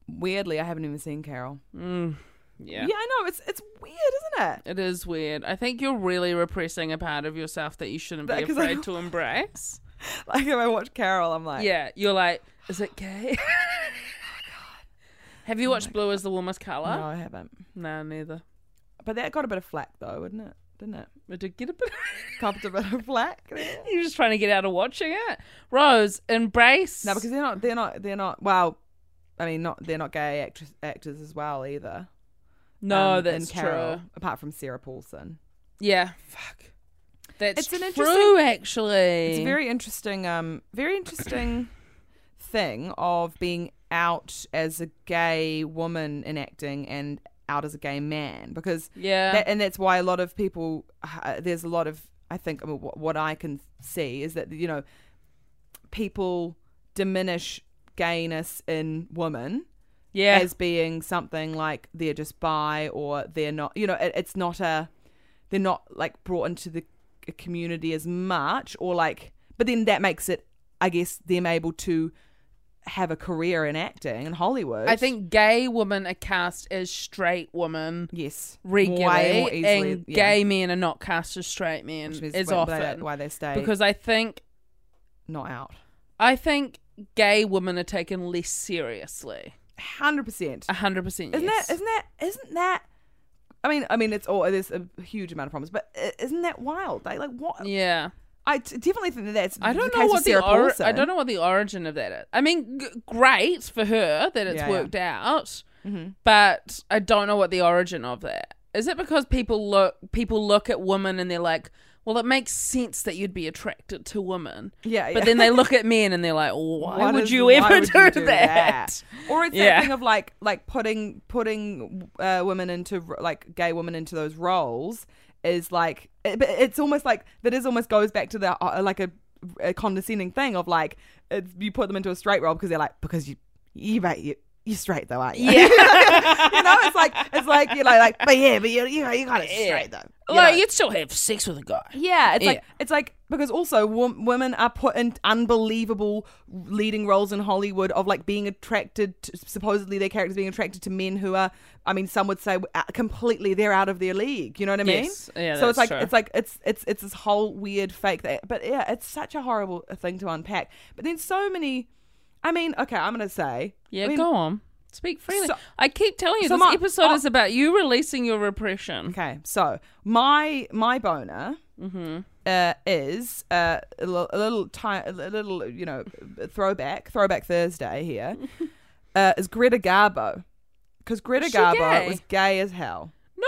C: weirdly I haven't even seen Carol
B: Yeah.
C: yeah I know it's it's weird isn't it
B: It is weird. I think you're really repressing a part of yourself that you shouldn't be
C: That- 'cause I-
B: afraid to embrace.
C: like if I watch Carol I'm like
B: Yeah, you're like, is it gay? Oh Have you watched Blue is the Warmest Color?
C: Oh no I haven't
B: No, neither.
C: but that got a bit of flack though wouldn't it didn't it
B: I did get a bit.
C: copped a bit of flack there.
B: You're just trying to get out of watching it. Rose, embrace.
C: No, because they're not. They're not. They're not. Well, I mean, not. They're not gay actress, actors as well either.
B: no,
C: um, in
B: Oh, that's
C: Carol,
B: true.
C: Apart from Sarah Paulson,
B: Yeah, fuck. That's
C: It's an
B: true,
C: interesting-
B: actually.
C: it's a very interesting. Um, very interesting thing of being out as a gay woman in acting and out as a gay man because
B: Yeah.
C: that, and that's why a lot of people. Uh, there's a lot of. I think I mean, wh- what I can see is that you know, people diminish gayness in women
B: yeah.
C: as being something like they're just bi or they're not you know it, it's not a they're not like brought into the c- community as much or like but then that makes it i guess them able to have a career in acting in hollywood
B: I think gay women are cast as straight women
C: yes
B: regularly,
C: way more easily,
B: and
C: yeah.
B: gay men are not cast as straight men
C: Which means
B: as
C: why- why they-
B: often.
C: why they stay
B: Because I think
C: not out
B: I think gay women are taken less seriously.
C: 100 percent
B: A hundred percent.
C: isn't
B: Ah, yes.
C: that isn't that isn't that i mean i mean it's all there's a huge amount of problems but i- isn't that wild like, like what
B: yeah.
C: i t- definitely think that that's
B: I don't
C: the
B: know
C: case
B: what
C: with
B: the
C: Sarah
B: or- I
C: Paulson.
B: don't know what the origin of that is. I mean, g- great for her that it's
C: Yeah, Mm-hmm. yeah.
B: worked out, but I don't know what the origin of that is. It because people look people look at women and they're like, well, it makes sense that you'd be attracted to women.
C: Yeah,
B: but
C: yeah.
B: then they look at men and they're like, why
C: What
B: would
C: is-
B: you
C: why
B: ever
C: would
B: do,
C: you
B: that?
C: Or it's
B: Yeah.
C: that thing of like like putting putting uh, women into r- like gay women into those roles is like it, but it's almost like that is almost goes back to the uh, like a, a condescending thing of like it's, you put them into a straight role because they're like because you you right you. You're straight though, aren't you? Yeah. you know, it's like it's like you know, like but yeah, but you you know, you kind of straight though. You
B: Like
C: know?
B: you'd still have sex with a guy.
C: Yeah, it's
B: Yeah.
C: like it's like Because also, wom- women are put in unbelievable leading roles in Hollywood of like being attracted, to, supposedly their characters being attracted to men who are, I mean, some would say uh, completely they're out of their league. You know what I mean?
B: Yes. Yeah,
C: so
B: that's
C: it's like
B: true.
C: it's like it's it's it's this whole weird fake thing. But yeah, it's such a horrible thing to unpack. But then so many. I mean, okay, I'm gonna say.
B: Yeah,
C: I mean,
B: go on. Speak freely.
C: So-
B: I keep telling you,
C: So
B: this
C: my-
B: episode
C: oh.
B: is about you releasing your repression.
C: Okay, so my my boner
B: Mm-hmm.
C: uh, is uh, a, little, a little ti- a little you know throwback throwback Thursday here uh, is Greta Garbo because Greta
B: Is she
C: Garbo
B: gay?
C: was gay as hell.
B: No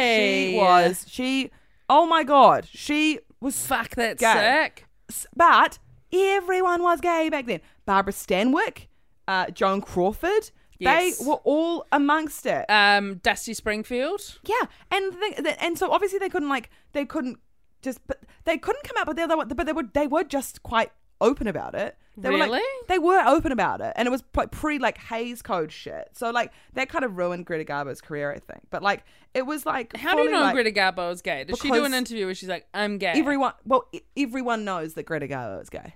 B: way.
C: She was she. Oh my god, she was
B: Fuck, that's
C: Gay.
B: sick.
C: s- but everyone was gay back then. Barbara Stanwyck, uh, Joan Crawford,
B: Yes.
C: they were all amongst it.
B: Um, Dusty Springfield.
C: Yeah, and the thing- the, and so obviously they couldn't like they couldn't just but they couldn't come out, but they they were- but they were they were just quite open about it. They Were, like,
B: Really?
C: they were open about it, and it was like pre like Hayes Code shit. So like that kind of ruined Greta Garbo's career, I think. But like it was like
B: How do you
C: fully,
B: know
C: like,
B: Greta Garbo is gay? Did she do
C: because
B: an interview where she's like, "I'm gay"?
C: Everyone, well, e- everyone knows that Greta Garbo is gay.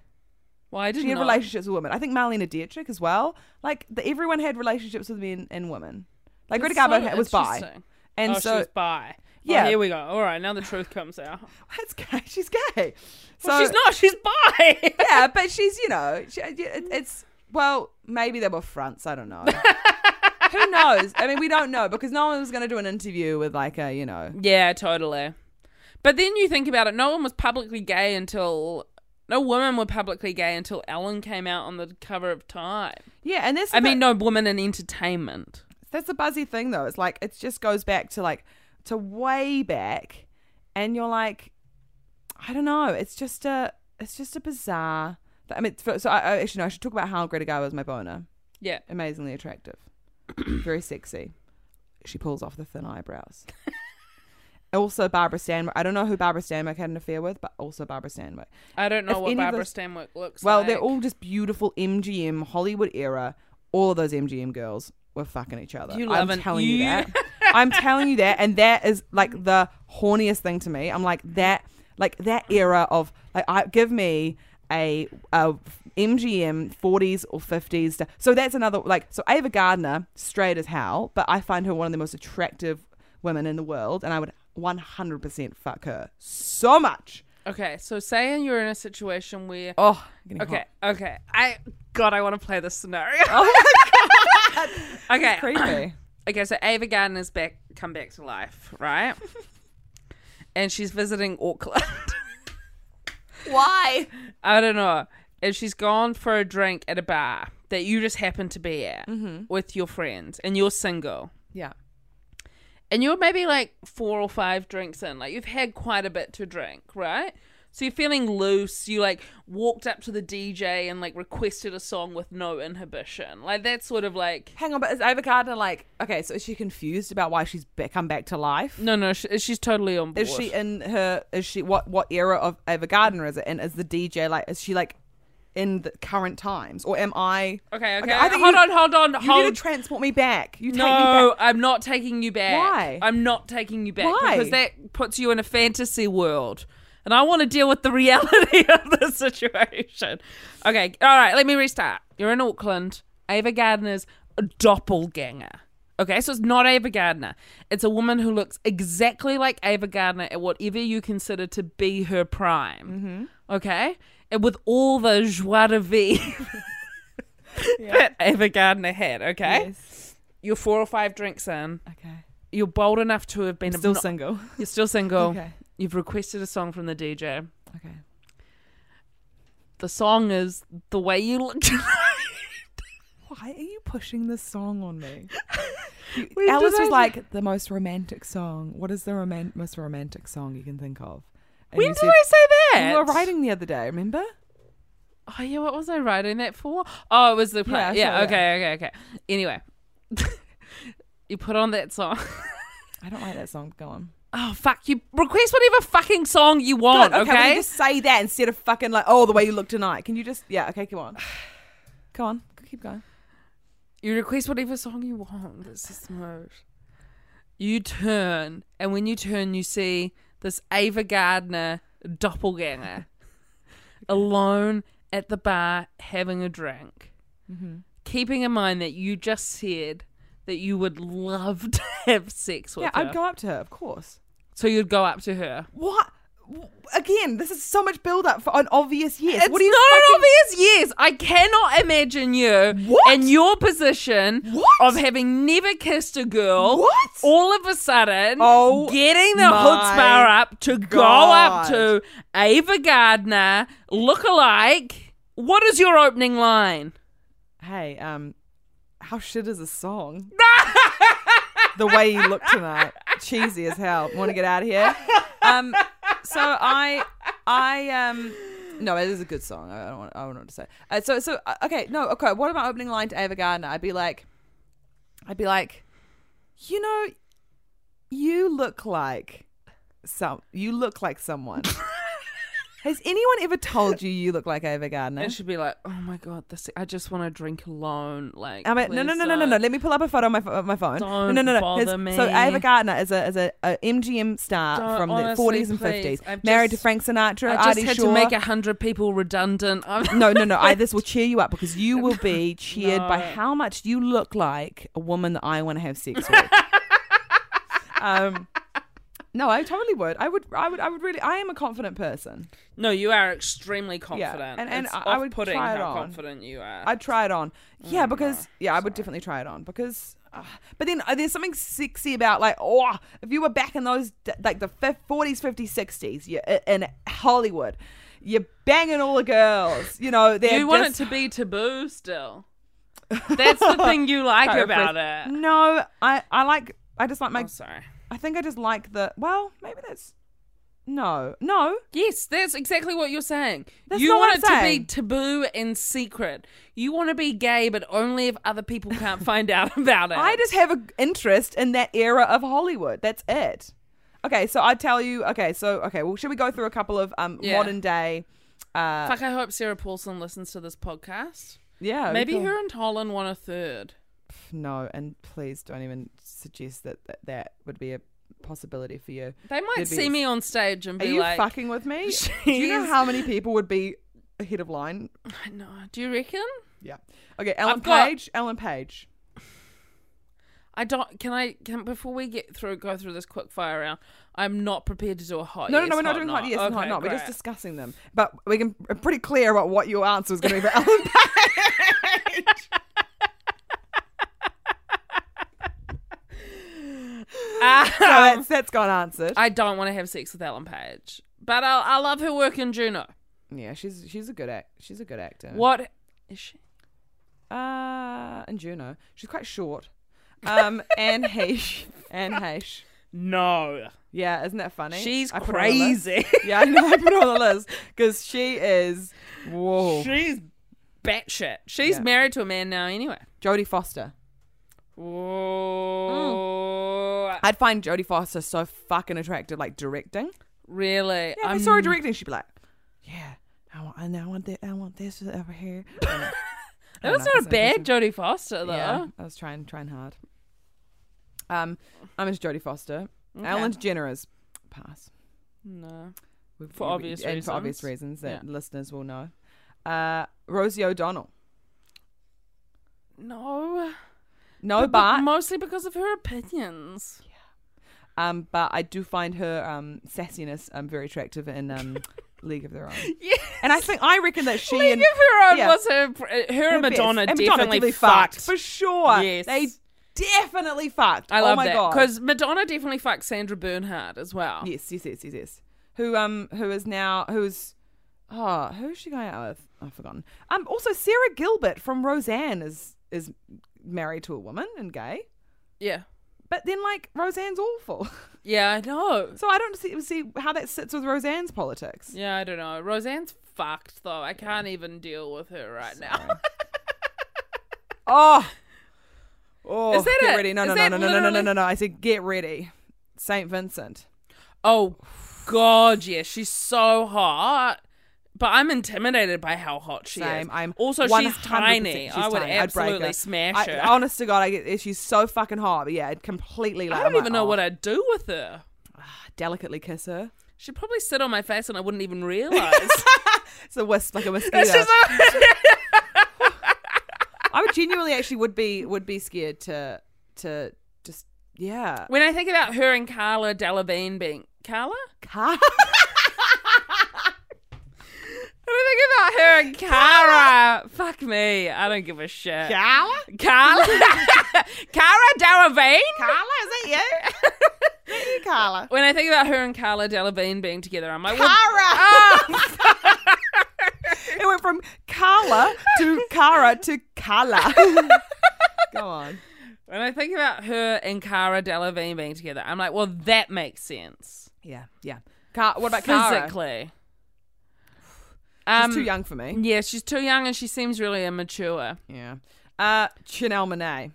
B: well, I
C: She
B: didn't
C: had
B: know.
C: relationships with women. I think Marlena Dietrich as well. Like the, everyone had relationships with men and women. Like
B: That's
C: Greta Garbo
B: so
C: ha- was bi,
B: interesting.
C: and
B: oh,
C: so
B: she was bi.
C: Yeah.
B: oh, here we go. All right, now the truth comes out.
C: that's gay. She's gay. So
B: well, she's not. She's bi.
C: yeah, but she's you know she, it, it's well maybe they were fronts. I don't know. Who knows? I mean, we don't know because no one was going to do an interview with like a you know.
B: yeah, totally. But then you think about it. No one was publicly gay until. No women were publicly gay until Ellen came out on the cover of Time.
C: Yeah, and this
B: I mean, no woman in entertainment.
C: that's the buzzy thing though. It's like it just goes back to like to way back, and you're like, I don't know. It's just a it's just a bizarre. I mean, for, so I, I actually no. I should talk about how Greta Garbo was my boner.
B: Yeah.
C: amazingly attractive, very sexy. She pulls off the thin eyebrows. also, Barbara Stanwyck. I don't know who Barbara Stanwyck had an affair with, but also Barbara Stanwyck.
B: I don't know
C: If
B: what
C: any of
B: Barbara
C: those-
B: Stanwyck looks
C: Well,
B: like.
C: they're all just beautiful MGM Hollywood era. All of those MGM girls were fucking each other.
B: You
C: I'm
B: love an-
C: telling you
B: you-
C: that. I'm telling you that, and that is like the horniest thing to me. I'm like that, like that era of like, I give me a, a MGM 40s or 50s. st- So that's another like. So Ava Gardner, straight as hell, but I find her one of the most attractive women in the world, and I would 100% fuck her so much.
B: Okay, so saying you're in a situation where
C: Oh, getting
B: okay,
C: hot.
B: okay. I God, I want to play this scenario.
C: Oh
B: okay.
C: creepy.
B: Okay, so Ava Gardner's back come back to life, right? and she's visiting Auckland.
C: Why?
B: I don't know. And she's gone for a drink at a bar that you just happen to be at
C: Mm-hmm.
B: with your friends and you're single.
C: Yeah.
B: and you're maybe like four or five drinks in, like you've had quite a bit to drink, right? So you're feeling loose. You like walked up to the DJ and like requested a song with no inhibition. Like that's sort of like
C: Hang on, but is Ava Gardner like okay? So is she confused about why she's be- come back to life?
B: no, no, she, she's totally on board.
C: Is she in her? Is she what? What era of Ava Gardner is it? And is the DJ like? Is she like in the current times, or am I?
B: Okay, okay. Hold on, hold on,
C: You
B: hold-
C: need to transport me back. You take me
B: No,
C: back.
B: I'm not taking you back.
C: Why?
B: I'm not taking you back
C: Why?
B: because that puts you in a fantasy world. And I want to deal with the reality of the situation. Okay, all right, let me restart. You're in Auckland. Ava Gardner's a doppelganger. Okay, so it's not Ava Gardner. It's a woman who looks exactly like Ava Gardner at whatever you consider to be her prime.
C: Mm-hmm.
B: Okay? And with all the joie de vivre that Ava Gardner had, okay? you're four or five drinks in.
C: Okay.
B: You're bold enough to have been
C: Still
B: obno-
C: single.
B: You're still single.
C: Okay.
B: You've requested a song from the DJ.
C: Okay.
B: The song is "The Way You Look." Tonight."
C: Why are you pushing this song on me?
B: When
C: Alice
B: did
C: was
B: I-
C: like the most romantic song. What is the roman- most romantic song you can think of? And
B: "When
C: you
B: did
C: said-
B: I say that?"
C: You were writing the other day. Remember?
B: Oh yeah, what was I writing that for? Oh, it was the
C: Yeah,
B: plan. Yeah.
C: sure,
B: okay. Okay. Okay. Anyway, you put on that song.
C: I don't like that song. Go on.
B: Oh fuck! You request whatever fucking song you want.
C: Good, well,
B: okay.
C: you just say that instead of fucking like, oh, the way you look tonight. Can you just, yeah, okay, come on. Come on, keep going.
B: You request whatever song you want. This is the mode. You turn, and when you turn, you see this Ava Gardner doppelganger alone at the bar having a drink, Mm-hmm. keeping in mind that you just said that you would love to have sex with
C: Yeah,
B: her.
C: I'd go up to her, of course.
B: so you'd go up to her.
C: What? W- Again, this is so much build up for an obvious yes.
B: It's
C: what do you
B: not
C: fucking-
B: an obvious yes. I cannot imagine you
C: What?
B: in your position
C: What?
B: of having never kissed a girl.
C: What?
B: All of a sudden,
C: Oh
B: getting the
C: my
B: chutzpah up to go up
C: God.
B: to Ava Gardner, look alike. What is your opening line?
C: Hey, um, how shit is a song? the way you look tonight, cheesy as hell. Want to get out of here? Um, so I, I um, no, it is a good song. I I don't want, I don't want to say. Uh, so so uh, okay, no, okay. What about opening line to Ava Gardner? I'd be like, I'd be like, you know, you look like some. You look like someone. Has anyone ever told you you look like Ava Gardner?
B: And she'd be like, "Oh my god, this! I just want to drink alone." Like,
C: I mean, no, no,
B: please
C: no, no, no,
B: don't.
C: no. Let me pull up a photo on my, pho- on my phone.
B: Don't
C: no, no, no, no.
B: bother
C: Here's-
B: me.
C: So Ava Gardner is a is a, a MGM star
B: Don't-
C: from
B: honestly,
C: the 40s and
B: please.
C: 50s,
B: I've
C: married
B: just-
C: to Frank Sinatra,
B: I just
C: Artie
B: had
C: Shaw.
B: to make a hundred people redundant. I'm-
C: no, no, no. I, this will cheer you up because you will be cheered by
B: No.
C: how much you look like a woman that I want to have sex with. um, no, I totally would. I would. I would. I would really. I am a confident person.
B: No, you are extremely confident.
C: and- and
B: it's
C: I- I would
B: off-putting
C: try it
B: how
C: on.
B: confident you are.
C: I'd try it on. Yeah,
B: Mm,
C: because yeah, I would definitely try it on because. Uh, but then uh, there's something sexy about like, oh, if you were back in those d- like the fif- 40s, 50s, 60s, you in Hollywood, you're banging all the girls. You know, they're
B: you want
C: just-
B: it to be taboo still. That's the thing you like
C: Sorry,
B: about
C: Chris. Mm.
B: it. Oh,
C: No, I I like I just like my
B: I'm sorry.
C: I think I just like the well maybe that's no no
B: Yes, that's exactly what you're saying.
C: That's
B: you
C: not
B: want it
C: what I'm
B: to be
C: saying.
B: taboo and secret. You want to be gay, but only if other people can't find out about it.
C: I just have an interest in that era of Hollywood. That's it. Okay, so I tell you. Okay, so okay, well, should we go through a couple of um
B: Yeah.
C: modern day?
B: Fuck, I hope Sarah Paulson listens to this podcast.
C: Yeah,
B: Maybe
C: Oh, cool.
B: her and Holland want a third.
C: No, and please don't even suggest that that, that would be a possibility for you.
B: They might
C: There'd be-
B: see me on stage and
C: Are
B: be
C: you
B: like,
C: fucking with me? Do you know
B: She's-
C: how many people would be ahead of line?
B: I know. Do you reckon?
C: Yeah. Okay, Ellen
B: I've got-
C: Page. Ellen Page.
B: I don't. Can I? Can before we get through, go through this quick fire round. I'm not prepared to do a hot.
C: No,
B: yes,
C: no, no, we're not
B: hot
C: doing hot yes and hot
B: Okay,
C: not. We're just
B: great.
C: discussing them. But we can I'm pretty clear about what your answer is going to be for Ellen Page. so that's, that's gone answered.
B: Ah, I don't want to have sex with Ellen Page, but I, I love her work in
C: Mm.
B: Juno.
C: yeah, she's she's a good act. She's a good actor.
B: What is she?
C: Uh, and Juno. She's quite short. Um, Anne Heche. Anne Heche.
B: No,
C: Yeah, isn't that funny?
B: she's
C: I put her on the list.
B: crazy.
C: Yeah, I know. I put her on the list because she is. Whoa.
B: she's batshit. She's
C: Yeah.
B: married to a man now, anyway.
C: Jodie Foster.
B: Whoa.
C: I'd find Jodie Foster so fucking attractive, like directing.
B: Really?
C: Yeah, if I saw her directing, she'd be like, "Yeah, I want, I know, I want that, I want this over here." I
B: That
C: don't
B: was
C: know,
B: not a
C: it's
B: bad
C: interesting.
B: Jodie Foster though.
C: Yeah, I was trying, trying hard. Um, I'm into Jodie Foster. Ellen DeGeneres, pass.
B: No.
C: We've-
B: For
C: we-
B: obvious
C: and for obvious
B: reasons.
C: reasons that
B: Yeah.
C: listeners will know. Uh, Rosie O'Donnell.
B: No.
C: No,
B: But- but
C: Oh, but,
B: mostly because of her opinions.
C: um, but I do find her um sassiness um very attractive in um League of Their Own.
B: Yeah.
C: And I think I reckon that she
B: League
C: and
B: of Her Own
C: yeah.
B: was her. Her and
C: Her best.
B: Madonna,
C: And
B: definitely
C: definitely
B: fucked.
C: for sure.
B: Yes.
C: they definitely fucked.
B: I
C: oh
B: love
C: my
B: that
C: god.
B: because Madonna definitely fucked Sandra Bernhard as well.
C: yes, yes, yes, yes, yes. Who um who is now who's oh who's she going out with? I've forgotten. Um, also Sarah Gilbert from Roseanne is is married to a woman and gay,
B: Yeah,
C: but then like Roseanne's awful.
B: yeah, I know.
C: so I don't see see how that sits with Roseanne's politics.
B: Yeah, I don't know. Roseanne's fucked though. I can't even deal with her right now.
C: Oh. Oh,
B: Is that
C: get
B: it?
C: ready. No,
B: Is
C: no, no,
B: that
C: no, no, no, no, no,
B: literally-
C: no, no. I said get ready. St. Vincent.
B: oh God, yeah, she's so hot. But I'm intimidated by how hot she is.
C: Same. I'm
B: also
C: 100%
B: she's tiny.
C: she's
B: I would
C: tiny. I'd break
B: absolutely
C: her.
B: smash
C: I-
B: her. I,
C: honest to God, I get, she's so fucking hot. But yeah, it completely. Like,
B: don't
C: I'm like,
B: even know
C: oh,
B: what I'd do with her.
C: delicately kiss her.
B: She'd probably sit on my face and I wouldn't even realize.
C: it's a wisp, like a mosquito.
B: It's just a-
C: I would genuinely actually would be would be scared to to just yeah.
B: when I think about her and Carla Delevingne being Carla,
C: Car-
B: when I think about her and Cara, fuck me, I don't give a shit.
C: Carla?
B: Carla, Cara Delevingne.
C: Carla, is that you? Is that you, Carla?
B: When I think about her and Carla Delevingne being together, I'm like, well,
C: Cara. it went from Carla to Cara to Carla. Go on.
B: when I think about her and Cara Delevingne being together, I'm like, well, that makes sense
C: Yeah, yeah. Car- what about Cara?
B: physically. Um,
C: She's too young eh? for me.
B: Yeah, she's too young and she seems really immature.
C: Yeah. Uh, Chanel Monet.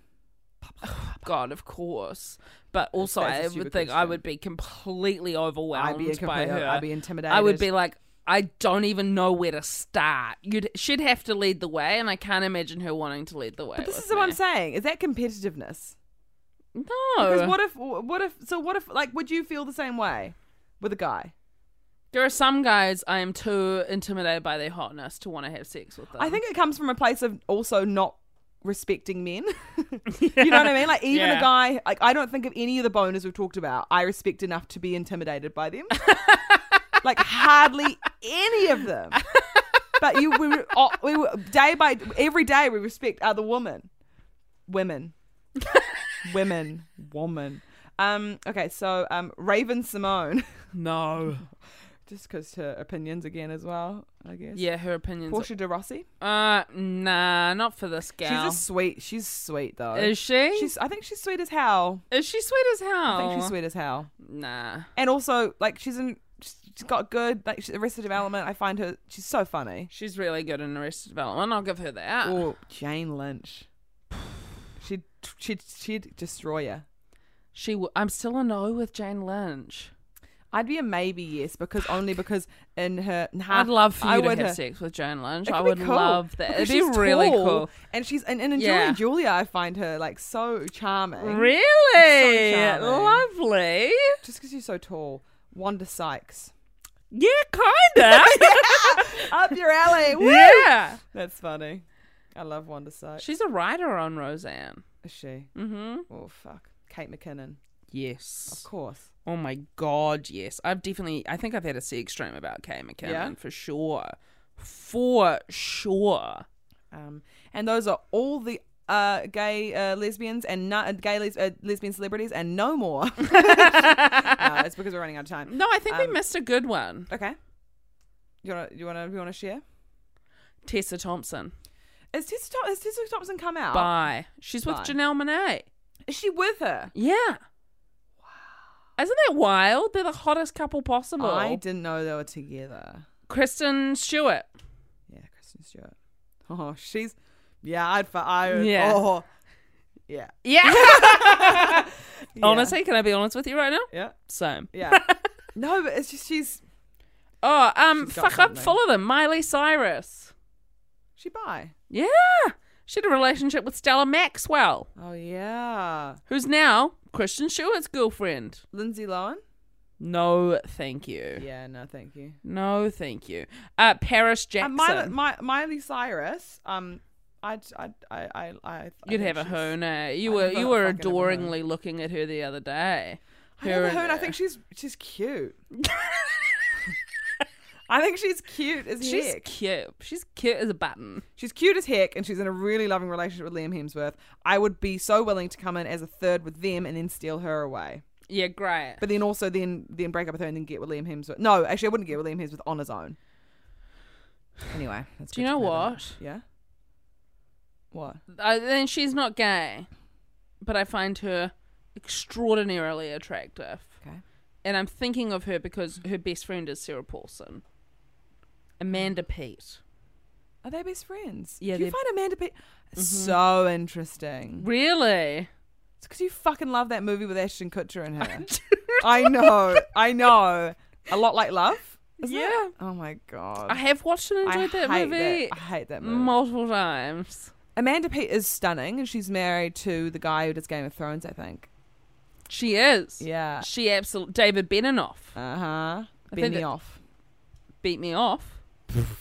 B: God, of course. But also,
C: That's a
B: I
C: stupid
B: would think I
C: question.
B: would be completely overwhelmed
C: I'd be a
B: by
C: complete-
B: her.
C: I'd be intimidated.
B: I would be like, I don't even know where to start. You'd, she'd have to lead the way, and I can't imagine her wanting to lead the way.
C: But this
B: with
C: is what I'm
B: me.
C: saying. Is that competitiveness? Because
B: No,
C: what if, what if, so what if, like, would you feel the same way with a guy?
B: there are some guys I am too intimidated by their hotness to want to have sex with them.
C: I think it comes from a place of also not respecting men. You know what I mean? Like even
B: Yeah.
C: a guy like I don't think of any of the boners we've talked about I respect enough to be intimidated by them. like hardly any of them. But you we were, oh, we were day by every day we respect other women. Women. women. Woman. Um okay, so um Raven Simone
B: no.
C: just cuz her opinions again as well, I guess.
B: Yeah, her opinions.
C: Portia de Rossi.
B: Uh, nah, not for this gal.
C: She's a sweet. She's sweet though.
B: Is she?
C: She's. I think she's sweet as hell.
B: Is she sweet as hell?
C: I think she's sweet as hell.
B: Nah.
C: And also, like, she's in. She's got good. Like, she's Arrested Development. I find her. She's so funny.
B: She's really good in Arrested Development. I'll give her that.
C: Or Jane Lynch. She'd she'd she'd destroy her.
B: She, w- I'm still a no with Jane Lynch.
C: I'd be a maybe yes because only because in her. Nah,
B: I'd love for you
C: Ah, I
B: to
C: would
B: have
C: her-
B: sex with Jane Lynch.
C: It
B: I
C: could be
B: would
C: cool,
B: love that.
C: because
B: It'd be
C: she's
B: really
C: tall,
B: cool.
C: And she's and, and in Julia
B: Yeah.
C: and Julia, I find her like so charming.
B: Really?
C: charming.
B: Lovely.
C: Just because she's so tall, Wanda Sykes.
B: Yeah, kinda.
C: Up your alley. Woo!
B: yeah.
C: That's funny. I love Wanda Sykes.
B: She's a writer on Roseanne.
C: Is she? Mm-hmm. Oh fuck, Kate McKinnon. Of
B: Yes.
C: course.
B: Oh my god, yes. I've definitely I think I've had a sex dream about Kay McKinnon
C: Yeah?
B: for sure. For sure.
C: Um, and those are all the uh, gay uh, lesbians and no, uh, gay les- uh, lesbian celebrities and no more. no, it's because we're running out of time.
B: No, I think we
C: Um,
B: missed a good one.
C: Okay. You want to? You want to? You want to share?
B: Tessa Thompson.
C: Is Tessa, Thom- has Tessa Thompson come out?
B: Bye. She's with
C: oh, Bye.
B: Janelle Monet.
C: Is she with her?
B: Yeah. Wow. Isn't that wild? They're the hottest couple possible.
C: I didn't know they were together.
B: Kristen Stewart.
C: Yeah, Kristen Stewart. Oh, she's. Yeah, I'd. fu- I. would-
B: Yeah.
C: Oh, yeah.
B: Yeah. Honestly, can I be honest with you right now?
C: Yeah.
B: Same.
C: Yeah. no, but it's just she's.
B: Oh, um,
C: She's got
B: fuck up,
C: something.
B: follow them. Miley Cyrus.
C: She bi.
B: Yeah. She had a relationship with Stella Maxwell,
C: Oh yeah.
B: who's now Christian Stewart's girlfriend.
C: Lindsay Lohan?
B: No, thank you.
C: Yeah, no, thank you.
B: No, thank you. Uh, Paris Jackson.
C: Miley, Mi- Miley Cyrus. Um, I'd, I'd, I, I, I, I
B: You'd
C: think
B: have a
C: she's-
B: hoon. eh? You
C: I'd
B: were
C: have a
B: you were
C: fucking have a hoon.
B: adoringly looking at her the other day.
C: I have a
B: and
C: hoon. I
B: her.
C: think she's she's cute. I think she's cute as
B: she's
C: heck.
B: cute. She's cute as a button.
C: She's cute as heck, and she's in a really loving relationship with Liam Hemsworth. I would be so willing to come in as a third with them and then steal her away.
B: Yeah, great.
C: But then also then then break up with her and then get with Liam Hemsworth. No, actually, I wouldn't get with Liam Hemsworth on his own. Anyway, that's
B: Do
C: good
B: you
C: to
B: know
C: that.
B: what?
C: Yeah. What?
B: I, uh, then she's not gay, but I find her extraordinarily attractive.
C: Okay.
B: And I'm thinking of her because her best friend is Sarah Paulson, Amanda Pete.
C: Are they best friends?
B: Yeah,
C: Do you
B: they're- Mm-hmm.
C: find Amanda Pe- so interesting?
B: Really?
C: It's because you fucking love that movie with Ashton Kutcher in her. I know, I know. A lot like love. Isn't
B: Yeah.
C: It? Oh my god.
B: I have watched and
C: I
B: enjoyed that
C: hate
B: movie.
C: I hate that movie.
B: multiple times.
C: Amanda Pete is stunning, and she's married to the guy who does Game of Thrones, I think.
B: She is.
C: Yeah.
B: She absolutely. David Benioff
C: Uh huh.
B: I think
C: Benny
B: that-
C: off.
B: beat me off.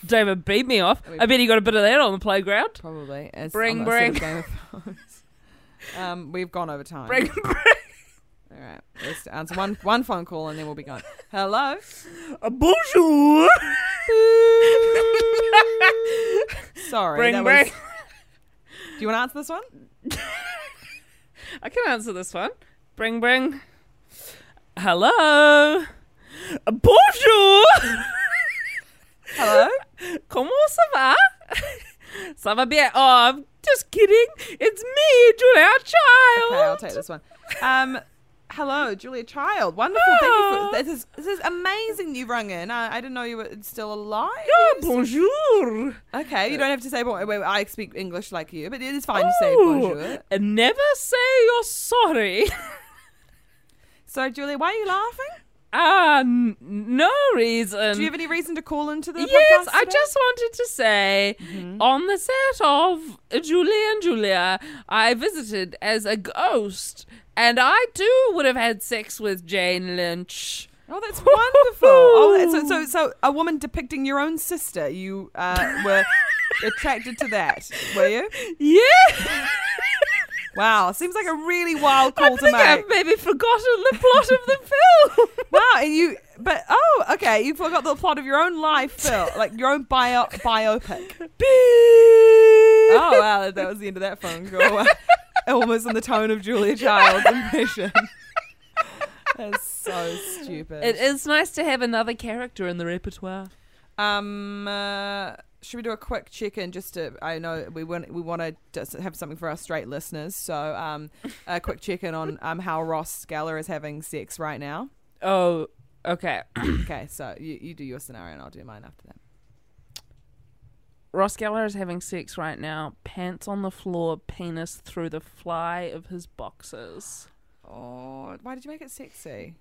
B: David beat me off. I bet he got a bit of that on the playground.
C: Probably. As
B: Bring,
C: on that sort of
B: bring.
C: Game of Thrones. um, we've gone over time.
B: Break, break.
C: All right. Let's answer one one phone call and then we'll be gone. Hello.
B: Uh, bonjour.
C: Sorry.
B: bring,
C: that
B: bring.
C: was- do you want to answer this one?
B: I can answer this one. Bring, bring. Hello. Uh, Bonjour.
C: Hello.
B: Comment ça va? ça va bien. Oh, I'm just kidding. It's me, Julia Child.
C: Okay, I'll take this one. Um, hello, Julia Child. Wonderful.
B: Oh.
C: Thank you for this. Is, this is amazing. You rung in. I, I didn't know you were still alive.
B: Oh, bonjour.
C: Okay, you don't have to say bon. Wait, I speak English like you, but it is fine to say bonjour.
B: And never say you're sorry.
C: So, Julia, why are you laughing?
B: Ah, n no reason.
C: Do you have any reason to call into the
B: Yes,
C: podcast
B: I
C: today?
B: just wanted to say on the set of Julie and Julia, I visited as a ghost, and I too would have had sex with Jane Lynch.
C: Oh, that's wonderful. oh, that- so, so, so, a woman depicting your own sister, you uh, were attracted to that, were you?
B: Yeah,
C: Wow, seems like a really wild
B: I
C: call to
B: think
C: make.
B: I've maybe forgotten the plot of the film.
C: Wow, and you, but oh, okay, you forgot the plot of your own life, Phil, like your own bio biopic. Oh wow, that was the end of that phone call. Almost in the tone of Julia Child's impression. That's so stupid.
B: It is nice to have another character in the repertoire.
C: Um, uh, should we do a quick check in? Just to, I know we want we want to just have something for our straight listeners. So, um, a quick check in on um how Ross Geller is having sex right now.
B: Oh, okay.
C: Okay, so you, you do your scenario and I'll do mine after that.
B: Ross Geller is having sex right now, pants on the floor, penis through the fly of his boxes.
C: Oh, why did you make it sexy?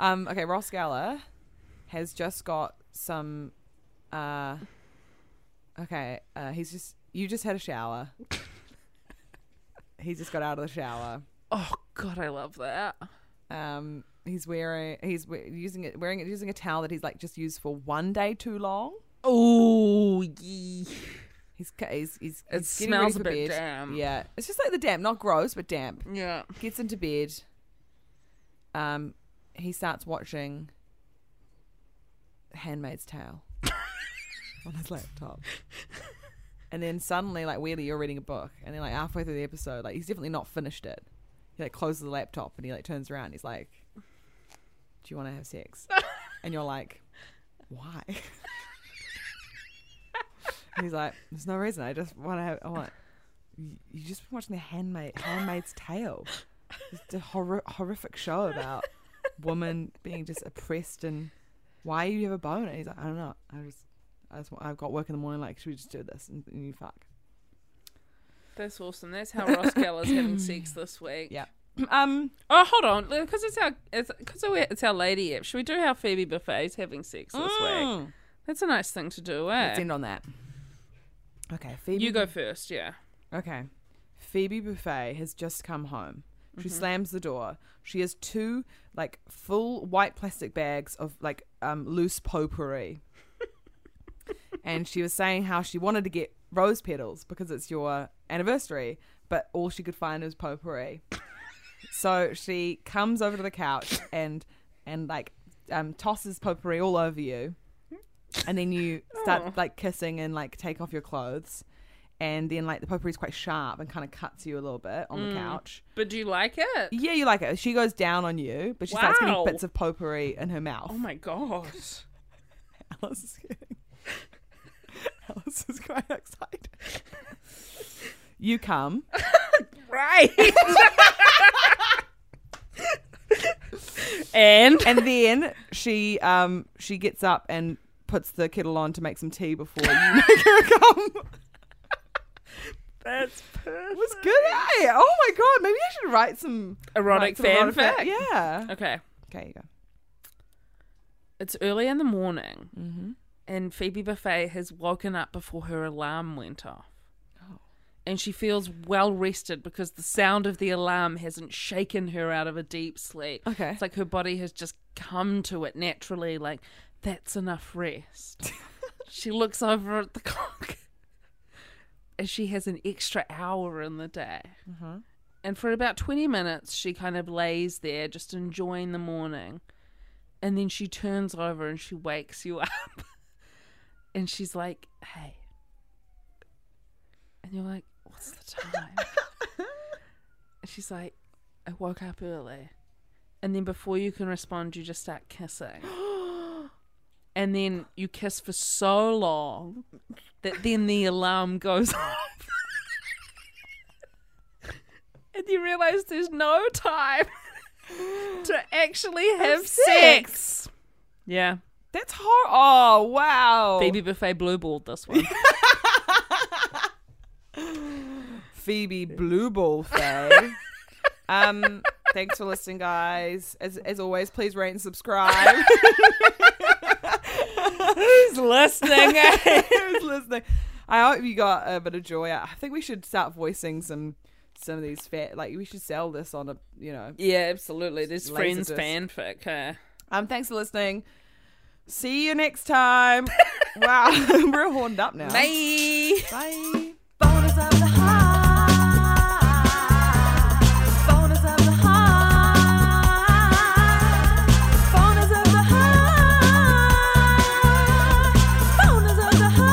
C: um, okay, Ross Geller has just got some. Uh, okay, uh, he's just. You just had a shower. he just got out of the shower.
B: Oh God, I love that.
C: Um, he's wearing. He's we- using it. Wearing it. Using a towel that he's like just used for one day too long.
B: Oh, yeah.
C: He's ca- he's he's.
B: It
C: he's getting ready
B: smells a
C: for
B: bit
C: bed.
B: damp.
C: Yeah, it's just like the damp, not gross, but damp.
B: yeah.
C: gets into bed. Um, he starts watching Handmaid's Tale on his laptop. And then suddenly, like weirdly, you're reading a book, and then like halfway through the episode, like he's definitely not finished it. He like closes the laptop and he like turns around. he's like, "Do you want to have sex?" and you're like, "Why?" and he's like, "There's no reason. I just want to have. I want. You you just been watching the Handmaid Handmaid's Tale. It's a horri horrific show about women being just oppressed and why you have a boner. He's like, I don't know. I just, I just, I've got work in the morning. Like, should we just do this? And, and you fuck.
B: That's awesome. That's how Ross Geller's having sex this week.
C: Yeah. Um.
B: Oh, hold on, because it's our it's because it's our lady app. Should we do how Phoebe Buffet's having sex this week? That's a Mm. nice thing to do. Eh?
C: Let's end on that. Okay, Phoebe.
B: you go first. Yeah.
C: Okay. Phoebe Buffet has just come home. She slams the door. She has two like full white plastic bags of like um, loose potpourri. and she was saying how she wanted to get rose petals because it's your anniversary, but all she could find was potpourri. so she comes over to the couch and and like um, tosses potpourri all over you. And then you start like kissing and like take off your clothes and then like the potpourri is quite sharp and kind of cuts you a little bit on
B: Mm.
C: the couch.
B: But do you like it?
C: Yeah, you like it. She goes down on you, but she starts getting
B: Wow.
C: bits of potpourri in her mouth.
B: Oh my god.
C: Alice is getting. Alice is quite excited. you come.
B: Right. and
C: and then she um she gets up and puts the kettle on to make some tea before you make her come.
B: that's perfect.
C: It was good, eh? Oh my god, maybe I should write some
B: Erotic
C: write some erotic
B: fanfic?
C: fan- Yeah.
B: Okay.
C: Okay, you go.
B: It's early in the morning, and Phoebe Buffet has woken up before her alarm went off. And she feels well rested because the sound of the alarm hasn't shaken her out of a deep sleep.
C: Okay.
B: It's like her body has just come to it naturally, like that's enough rest. she looks over at the clock and she has an extra hour in the day. And for about 20 minutes, she kind of lays there just enjoying the morning. And then she turns over and she wakes you up. and she's like, hey. And you're like, what's the time? and she's like, I woke up early. And then before you can respond, you just start kissing. and then you kiss for so long that then the alarm goes off. and you realize there's no time to actually have sex.
C: sex.
B: Yeah.
C: That's hor. Oh wow.
B: Phoebe Buffet blueballed this one.
C: Phoebe Blue Ball Faye. um, thanks for listening, guys. As as always, please rate and subscribe.
B: Who's listening? eh?
C: Who's listening? I hope you got a bit of joy. out. I think we should start voicing some some of these fat. Like we should sell this on a you know.
B: yeah, absolutely. There's friends
C: Laserdisc.
B: fanfic. eh?
C: Um, thanks for listening. See you next time. wow, we're all horned up now.
B: Bye.
C: Bye.
A: Bonus of the high. Bonus of the high. Bonus of the high. Bonus of the high.